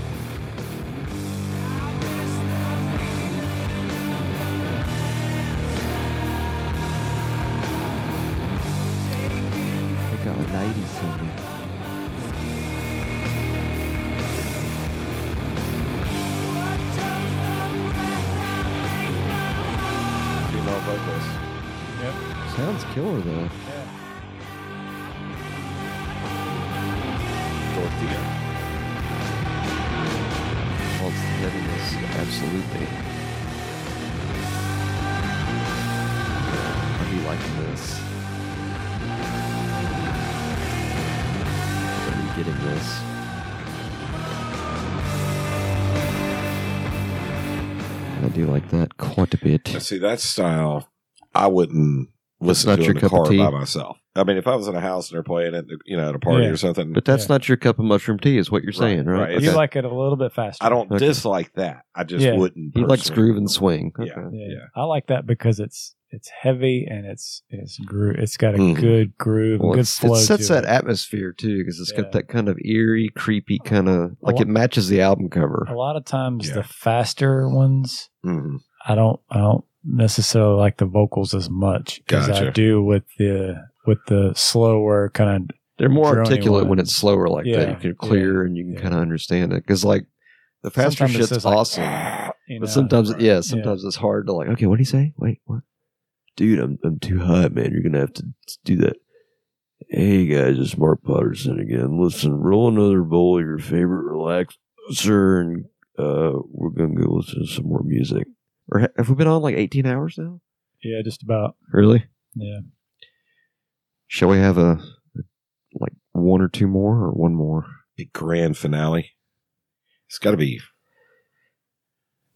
They got a 90s on there. Female vocals. Sounds killer though. Dorothea. Well, it's heaviness, absolutely. I'd be liking this. Are you getting this? I do like that quite a Now, bit. See that style, I wouldn't listen not to your in the cup of car tea. by myself. I mean, if I was in a house and they're playing it, you know, at a party Yeah. or something, But that's Yeah. not your cup of mushroom tea, is what you're saying, Right, right? right. Okay. You like it a little bit faster. I don't Okay. dislike that. I just Yeah. wouldn't. he likes personally. groove and swing. Yeah. Okay. Yeah. Yeah. I like that because it's it's heavy and it's it's groove. It's got a Mhm. good groove, Mm-hmm. Well, and good it's, flow. it sets to that atmosphere too, because it's Yeah. got that kind of eerie, creepy kind of like lot- it matches the album cover. A lot of times, Yeah. the faster ones, Mhm. I don't I don't necessarily like the vocals as much as I Gotcha. do with the with the slower kind of. They're more drony articulate one. when it's slower like that. Yeah, You can yeah, clear and you can yeah. kind of understand it because like the faster Sometimes it's shit's just like, "Ah," awesome, You know, but sometimes yeah, sometimes it's hard to like. Okay, what do you say? Wait, what? dude, I'm I'm too hot, man. You're gonna have to do that. Hey guys, it's Mark Potterson again. Listen, roll another bowl of your favorite relaxer, and uh, we're gonna go listen to some more music. Or ha- have we been on like eighteen hours now? yeah, just about. Really? Yeah. Shall we have a like one or two more or one more? Big grand finale. It's got to be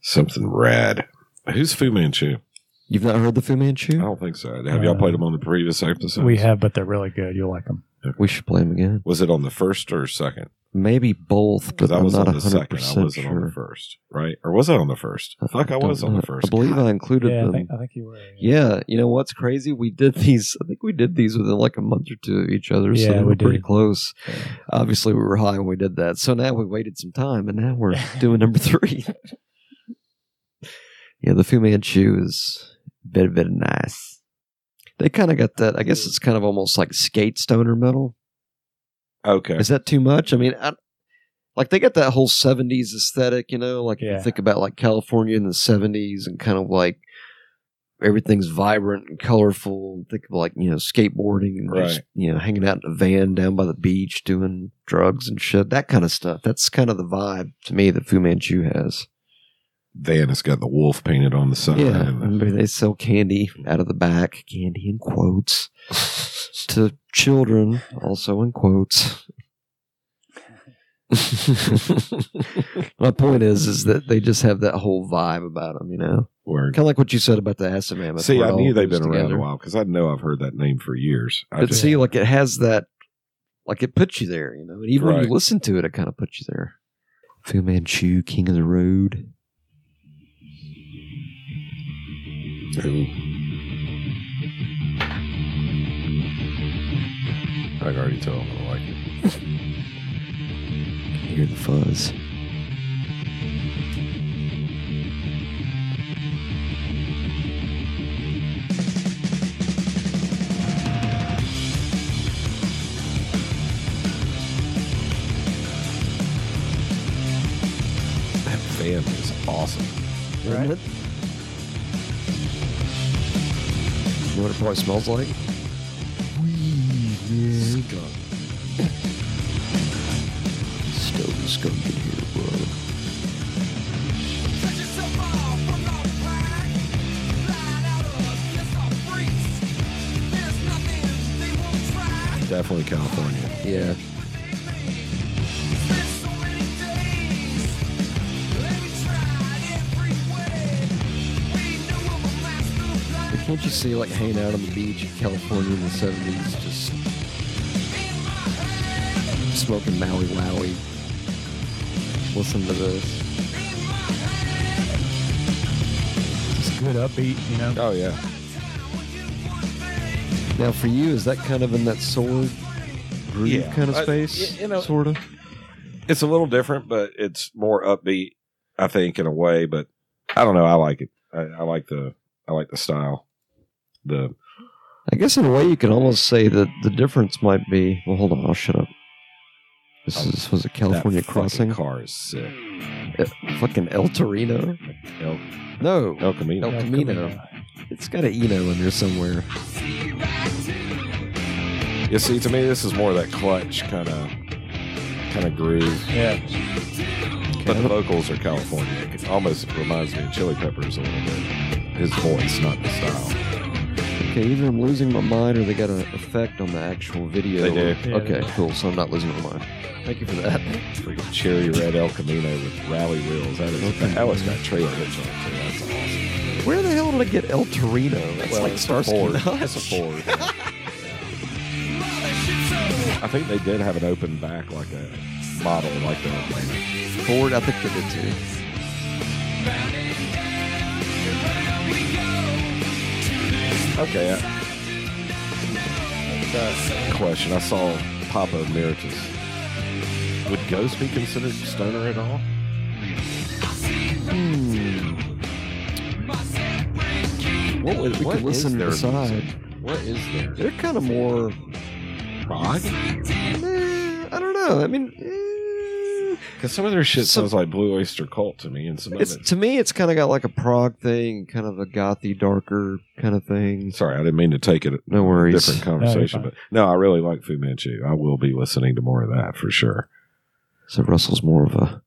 something rad. Who's Fu Manchu? You've not heard the Fu I Manchu? don't think so. Have y'all Uh, played them on the previous episode? We have, but they're really good. You'll like them. We should play him again. Was it on the first or second? Maybe both, Because but I I'm was not on the hundred second. I percent wasn't on the sure. first, right? Or was I on the first? Fuck, I, don't was on know. the first. I believe God. I included Yeah, I them. think, I think you were. Yeah, you know what's crazy? We did these. I think we did these within like a month or two of each other, so Yeah, they we were pretty did. close. Yeah. Obviously, we were high when we did that, so now we waited some time, and now *laughs* we're doing number three. yeah, the Fu Manchu is very very nice. They kind of got that. I guess it's kind of almost like skate stoner metal. Okay. Is that too much? I mean, I, like they got that whole '70s aesthetic, you know. Like if Yeah. you think about like California in the '70s and kind of like everything's vibrant and colorful. Think of like you know skateboarding and just, Right. you know hanging out in a van down by the beach doing drugs and shit. That kind of stuff. That's kind of the vibe to me that Fu Manchu has. Van has got the wolf painted on the side. Yeah, and remember they sell candy out of the back, candy in quotes to children, also in quotes. My point is, is that they just have that whole vibe about them, you know, the word. kind of like what you said about the acid mammoth. See, where it I all knew they've goes been around together. a while because I know I've heard that name for years. I But just, see, like it has that like it puts you there, you know. And even when Right. you listen to it, it kind of puts you there. Fu Manchu, King of the Road. I can already tell. I don't like it. You hear the fuzz. That fan is awesome. Right. You know what it probably smells like? *laughs* Stone skunk in here, bro. Definitely California. Yeah. But Can't you see like hanging out on the beach in California in the seventies, just smoking Maui Wowie? Listen to this. It's good upbeat, you know. Oh yeah. Now, for you, is that kind of in that sword groove Yeah. kind of Uh, space? y- you know- sort of. It's a little different, but it's more upbeat, I think, in a way. But I don't know. I like it. I, I like the I like the style. The I guess in a way you could almost say that the difference might be. Well, hold on, I'll shut up. This Oh, is was it that California fucking Crossing? Eh, car is sick. Fucking El Torino? El, No, El Camino. El Camino. It's got an Eno in there somewhere. You see, to me, this is more of that clutch kind of kind of groove. Yeah. But the vocals are California. It almost reminds me of Chili Peppers a little bit. His voice, not the style. Okay, either I'm losing my mind or they got an effect on the actual video. They do. Yeah, okay, they do. cool. So I'm not losing my mind. Thank you for that. Freaking cherry red El Camino with rally wheels. That is that one's got trailer hitch on it. too. That's awesome. Where the hell did I get El Torino? That's Well, like it's a Starsky Ford. Hutch. It's a Ford. I think they did have an open back like a model like that. Ford, I think they did too. Okay. I, question. I saw Papa Emeritus. Would Ghost be considered stoner at all? Hmm, What was what is their What is there? They're kind of more. Rock? eh, I don't know. I mean, eh, Because some of their shit Some- sounds like Blue Oyster Cult to me, and some of it's it. to me, it's kind of got like a prog thing, kind of a gothy, darker kind of thing. Sorry, I didn't mean to take it No a worries. different conversation, fine. but no, I really like Fu Manchu. I will be listening to more of that for sure. So Russell's more of a,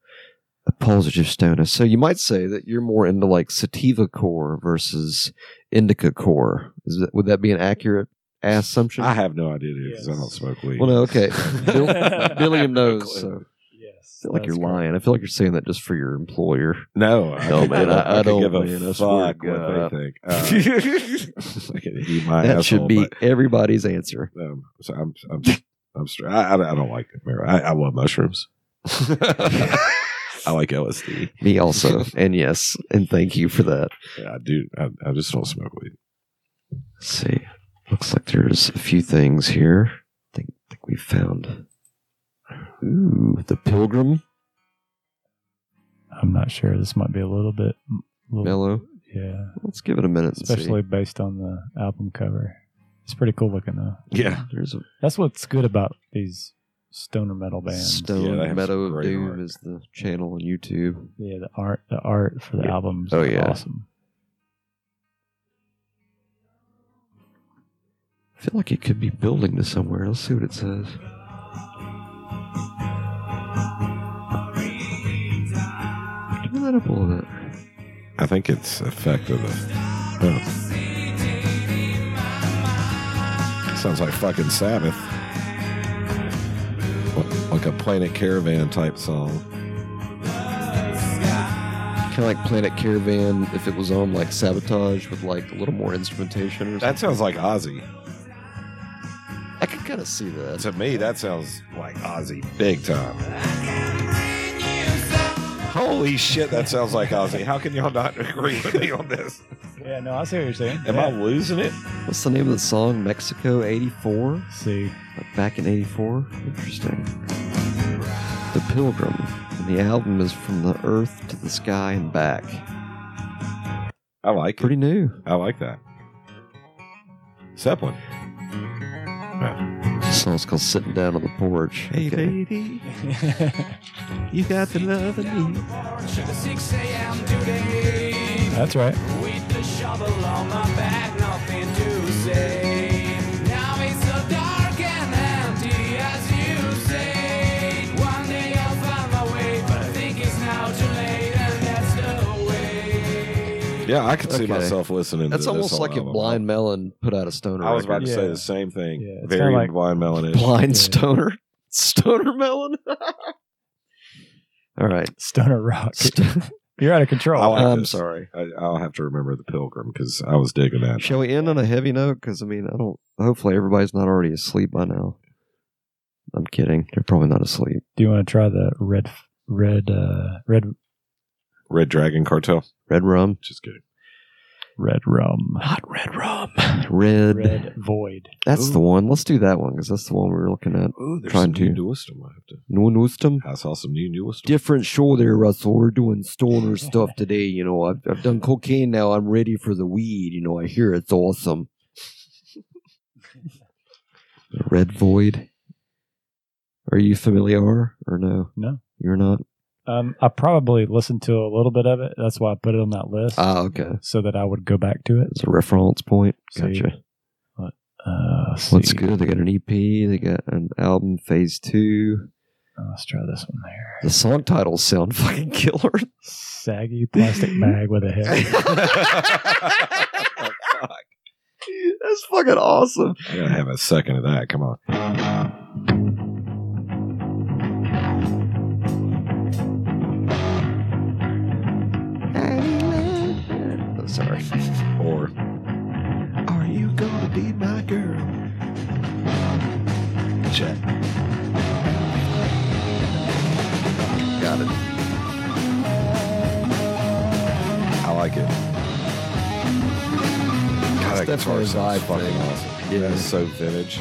a positive stoner. So you might say that you're more into like sativa core versus indica core. Is that, would that be an accurate assumption? I have no idea because I don't Yes. smoke weed. well, no, *laughs* okay. Bill, I have Billiam no knows. clue. So I Yes. feel like you're that's correct. lying. I feel like you're saying that just for your employer. no, I No, could man, give a- I- I could don't, give a man, I swear fuck to what God. *laughs* they think. Uh, *laughs* I could eat my that asshole, should be but, everybody's *laughs* answer. um, so I'm, I'm, I'm straight. I, I, I don't like it. Mary. I, I love mushrooms. I like LSD. Me *laughs* also, and yes, and thank you for that. Yeah, I do. I, I just don't smoke weed. Let's see. Looks like there's a few things here. I think, think we found. Ooh, the pilgrim I'm not sure. This might be a little bit. Little, mellow. Yeah. Let's give it a minute. and see. Especially based on the album cover. It's pretty cool looking though. Yeah, there's a That's what's good about these stoner metal bands. Yeah, Stone they have Meadow some of great Doom art. is the channel on YouTube. yeah, the art, the art for the Yeah. albums. Oh, Oh yeah. yeah, awesome. I feel like it could be building to somewhere. Let's see what it says. Turn that up a little bit. I think it's effective. Oh. Sounds like fucking Sabbath. What- Like a Planet Caravan type song. Kind of like Planet Caravan if it was on like Sabotage with like a little more instrumentation or something. That sounds like Ozzy. I can kind of see that. To me, that sounds like Ozzy big time. Holy shit, that sounds like Ozzy. How can y'all not *laughs* agree with me on this? Yeah, no, I see what you're saying. Am I yeah. losing it? What's the name of the song? Mexico 84? *laughs* See, Back in 84? Interesting. The Pilgrim. And the album is From the Earth to the Sky and Back. I like it. Pretty new. I like that. Zeppelin. This song's called Sitting Down on the Porch. Okay. baby, you got the love in me. that's right. Yeah, I could see Okay. myself listening That's to this almost on like if album. Blind Melon put out a stoner I was about record. to Yeah. say the same thing. Yeah, it's Very kinda like- blind melon Blind Yeah. Stoner. *laughs* Stoner Melon. *laughs* All right. Stoner rock. St- *laughs* You're out of control. I like I'm this. sorry. I, I'll have to remember the Pilgrim because I was digging that. *laughs* Shall we end on a heavy note? Because, I mean, I don't. Hopefully, everybody's not already asleep by now. I'm kidding. They're probably not asleep. Do you want to try the red, red, uh, red, Red Dragon Cartel. Red rum. Just kidding. red rum? Not red rum. Red. Red void. That's Ooh. the one. Let's do that one because that's the one we were looking at. Ooh, there's Trying some new to. newest one. I have to. No Nostum. I saw some new *laughs* newest one. different show there, Russell. We're doing stoner stuff today. You know, I've, I've done cocaine now. I'm ready for the weed. You know, I hear it's awesome. Red Void. Are you familiar or no? No. You're not? Um, I probably listened to a little bit of it. That's why I put it on that list Ah, okay. so that I would go back to it. It's a reference point. See. Gotcha. Uh, let's What's see. good? They got an EP, they got an album, phase two. Uh, Let's try this one there. The song titles sound *laughs* fucking killer. Saggy plastic bag with *laughs* a head. That's fucking awesome. *laughs* I gotta have a second of that. Come on. Oh, sorry. Or Are you gonna be my girl? Check. Got it. I like it. God, that guitar definitely a sounds vibe fucking thing. awesome. Yeah. That is so vintage.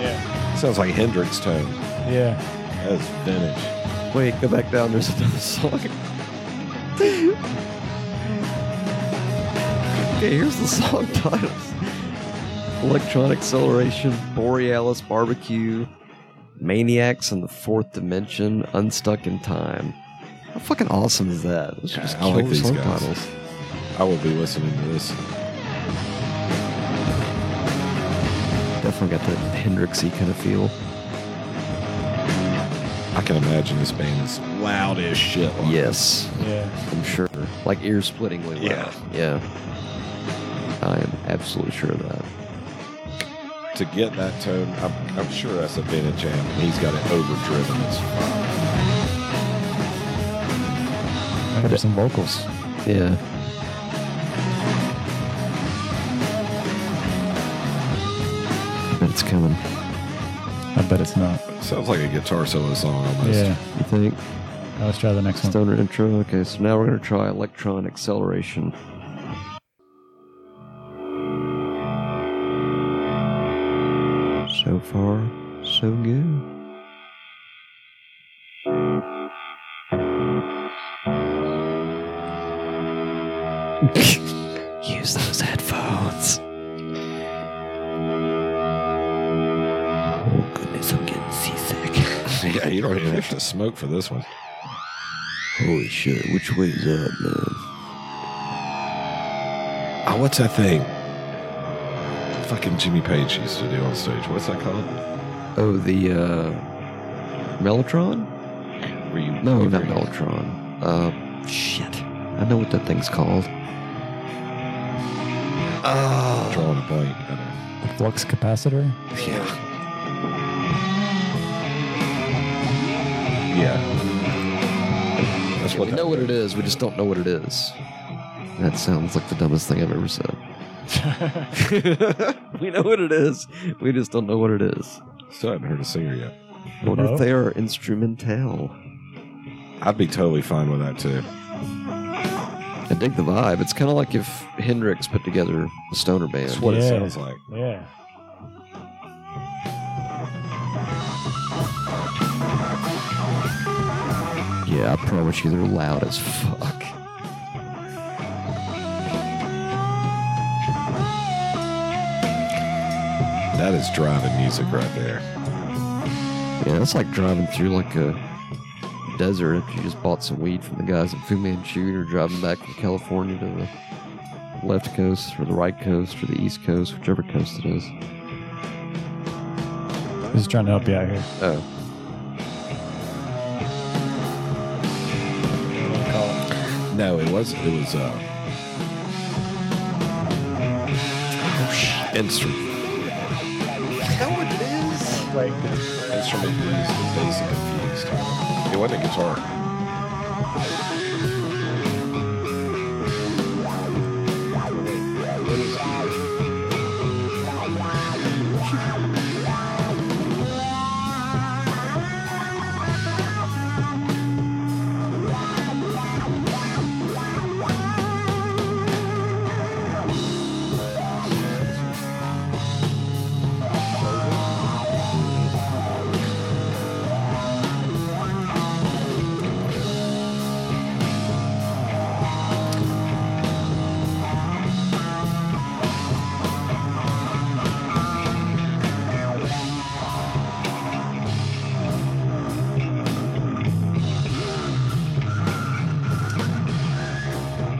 Yeah. Sounds like Hendrix tone. Yeah. That is vintage. Wait, go back down. There's another *laughs* song. okay, here's the song *laughs* titles Electronic Acceleration, Borealis Barbecue, Maniacs in the Fourth Dimension, Unstuck in Time. How fucking awesome is that? Those are Yeah, just I like killer these song guys. titles. I will be listening to this. Definitely got that Hendrixy kind of feel. I can imagine this band is loud as shit. like- Yes, Yeah. I'm sure. Like ear splittingly loud. Yeah. Yeah. I am absolutely sure of that. To get that tone, I'm, I'm sure that's a vintage amp. and He's got it overdriven. as fuck. And there's some vocals. Yeah. But it's coming. I bet it's not. Sounds like a guitar solo song almost. Yeah. You think? Now Uh, let's try the next one. Stoner intro. Okay, so now we're gonna try electron acceleration. So far, so good. *laughs* Use those headphones. Oh goodness, I'm getting seasick. *laughs* yeah, you don't even have to smoke for this one. Holy shit! Which way is that, man? Oh, what's that thing? Fucking Jimmy Page used to do on stage. What's that called? Oh, the uh, Mellotron? Where you No, not Mellotron. Uh, shit. I know what that thing's called. Oh, Drawing a blank. I don't Flux capacitor. Yeah. Yeah. That's what we know what it is. We just don't know what it is. That sounds like the dumbest thing I've ever said. we know what it is. We just don't know what it is. Still haven't heard a singer yet. I wonder Hello? if they are instrumental. I'd be totally fine with that too. I dig the vibe. It's kind of like if Hendrix put together a stoner That's band. what it Yeah. sounds like. yeah. Yeah, I promise you, they're loud as fuck. That is driving music right there. Yeah, it's like driving through like a desert if you just bought some weed from the guys in Fu Manchu and you're driving back from California to the left coast or the right coast or the east coast, whichever coast it is. Just trying to help you out here. Oh, No, it was it was uh oh, instrument. Like, Instrument used and bass confused. It wasn't a guitar.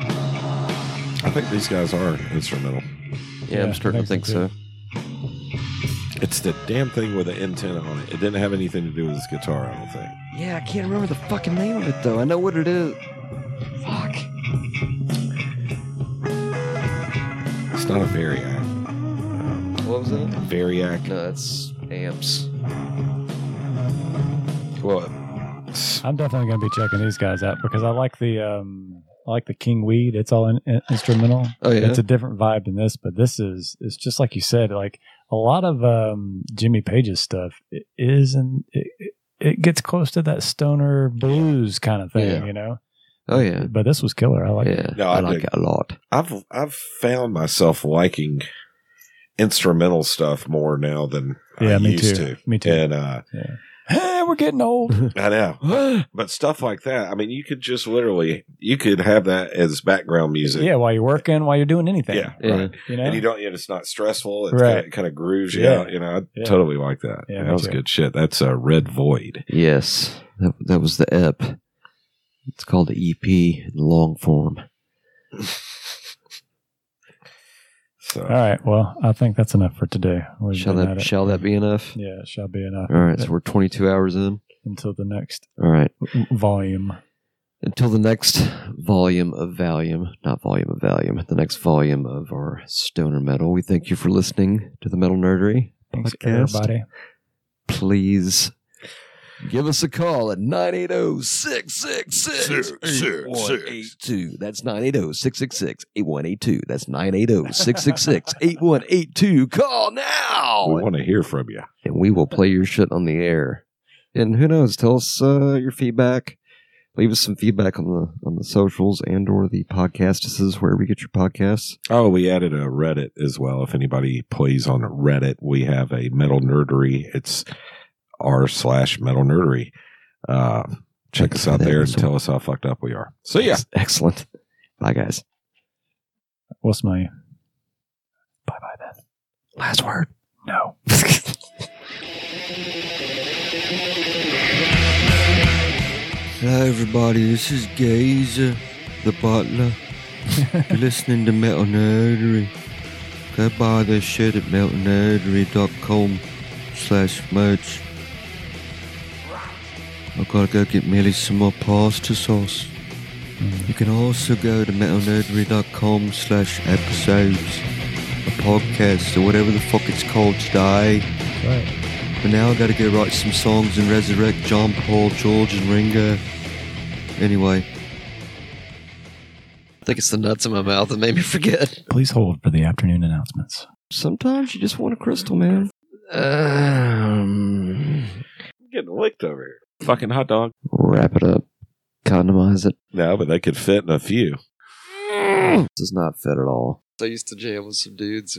I think these guys are instrumental. yeah, Yeah, I'm starting to think thanks, so. It's the damn thing with the antenna on it. It didn't have anything to do with this guitar, I don't think. Yeah, I can't remember the fucking name of it though. I know what it is. Fuck. It's not a variac. What was it? Variac. No, that's amps. Well, I'm definitely gonna be checking these guys out because I like the um, I like the King Weed. It's all in, in- instrumental. Oh yeah. It's a different vibe than this, but this is it's just like you said. Like a lot of um, Jimmy Page's stuff i- is and it, it- it gets close to that stoner blues kind of thing, Yeah. you know. oh yeah. But this was killer. I like it. Yeah. No, I, I like dig- it a lot. I've I've found myself liking instrumental stuff more now than Yeah, I me used too. to. Me too. *laughs* And uh, Hey, we're getting *laughs* old. I know, but stuff like that. I mean, you could just literally you could have that as background music. yeah, while you're working, while you're doing anything. yeah, Yeah. right. You know? And you don't. You know, it's not stressful. It's Right. kind, of, it kind of grooves you Yeah. out. You know, I Yeah. totally like that. Yeah, me that was too. good shit. That's a red void. Yes, that, that was the EP. It's called the EP in long form. So All right. Well, I think that's enough for today. We've Shall been at that it. shall that be enough? Yeah, it shall be enough All right, so we're 22 hours in. until the next All right, volume. until the next volume of Valium, not volume of Valium, the next volume of our stoner metal. We thank you for listening to the Metal Nerdery. Thanks, Podcast. everybody. Please give us a call at oh, 980-666-8182. That's oh, 980-666-8182. That's oh, 980-666-8182. Call now. we want to hear from you. and we will play your shit on the air. And who knows? Tell us uh, your feedback. Leave us some feedback on the on the socials and or the podcast. This is wherever you get your podcasts. Oh, we added a Reddit as well. If anybody plays on Reddit, we have a metal nerdery. It's r slash metal nerdery. Uh, check us out there and tell us how fucked up we are. So yeah. Excellent. Bye, guys. What's my Last word. no? *laughs* Hello, everybody. This is Gazer, the butler. You're listening to Metal Nerdery. Go buy their shit at metalnerdery.com slash merch. I've got to go get Millie some more pasta sauce. You can also go to metalnerdery.com slash episodes, a podcast, or whatever the fuck it's called today. Right. But now I gotta go write some songs and resurrect John Paul, George, and Ringo. Anyway. I think it's the nuts in my mouth that made me forget. Please hold for the afternoon announcements. Sometimes you just want a crystal, man. Um, getting licked over here. Fucking hot dog. wrap it up, condomize it. No, but they could fit in a few. Mm. Does not fit at all. I used to jam with some dudes.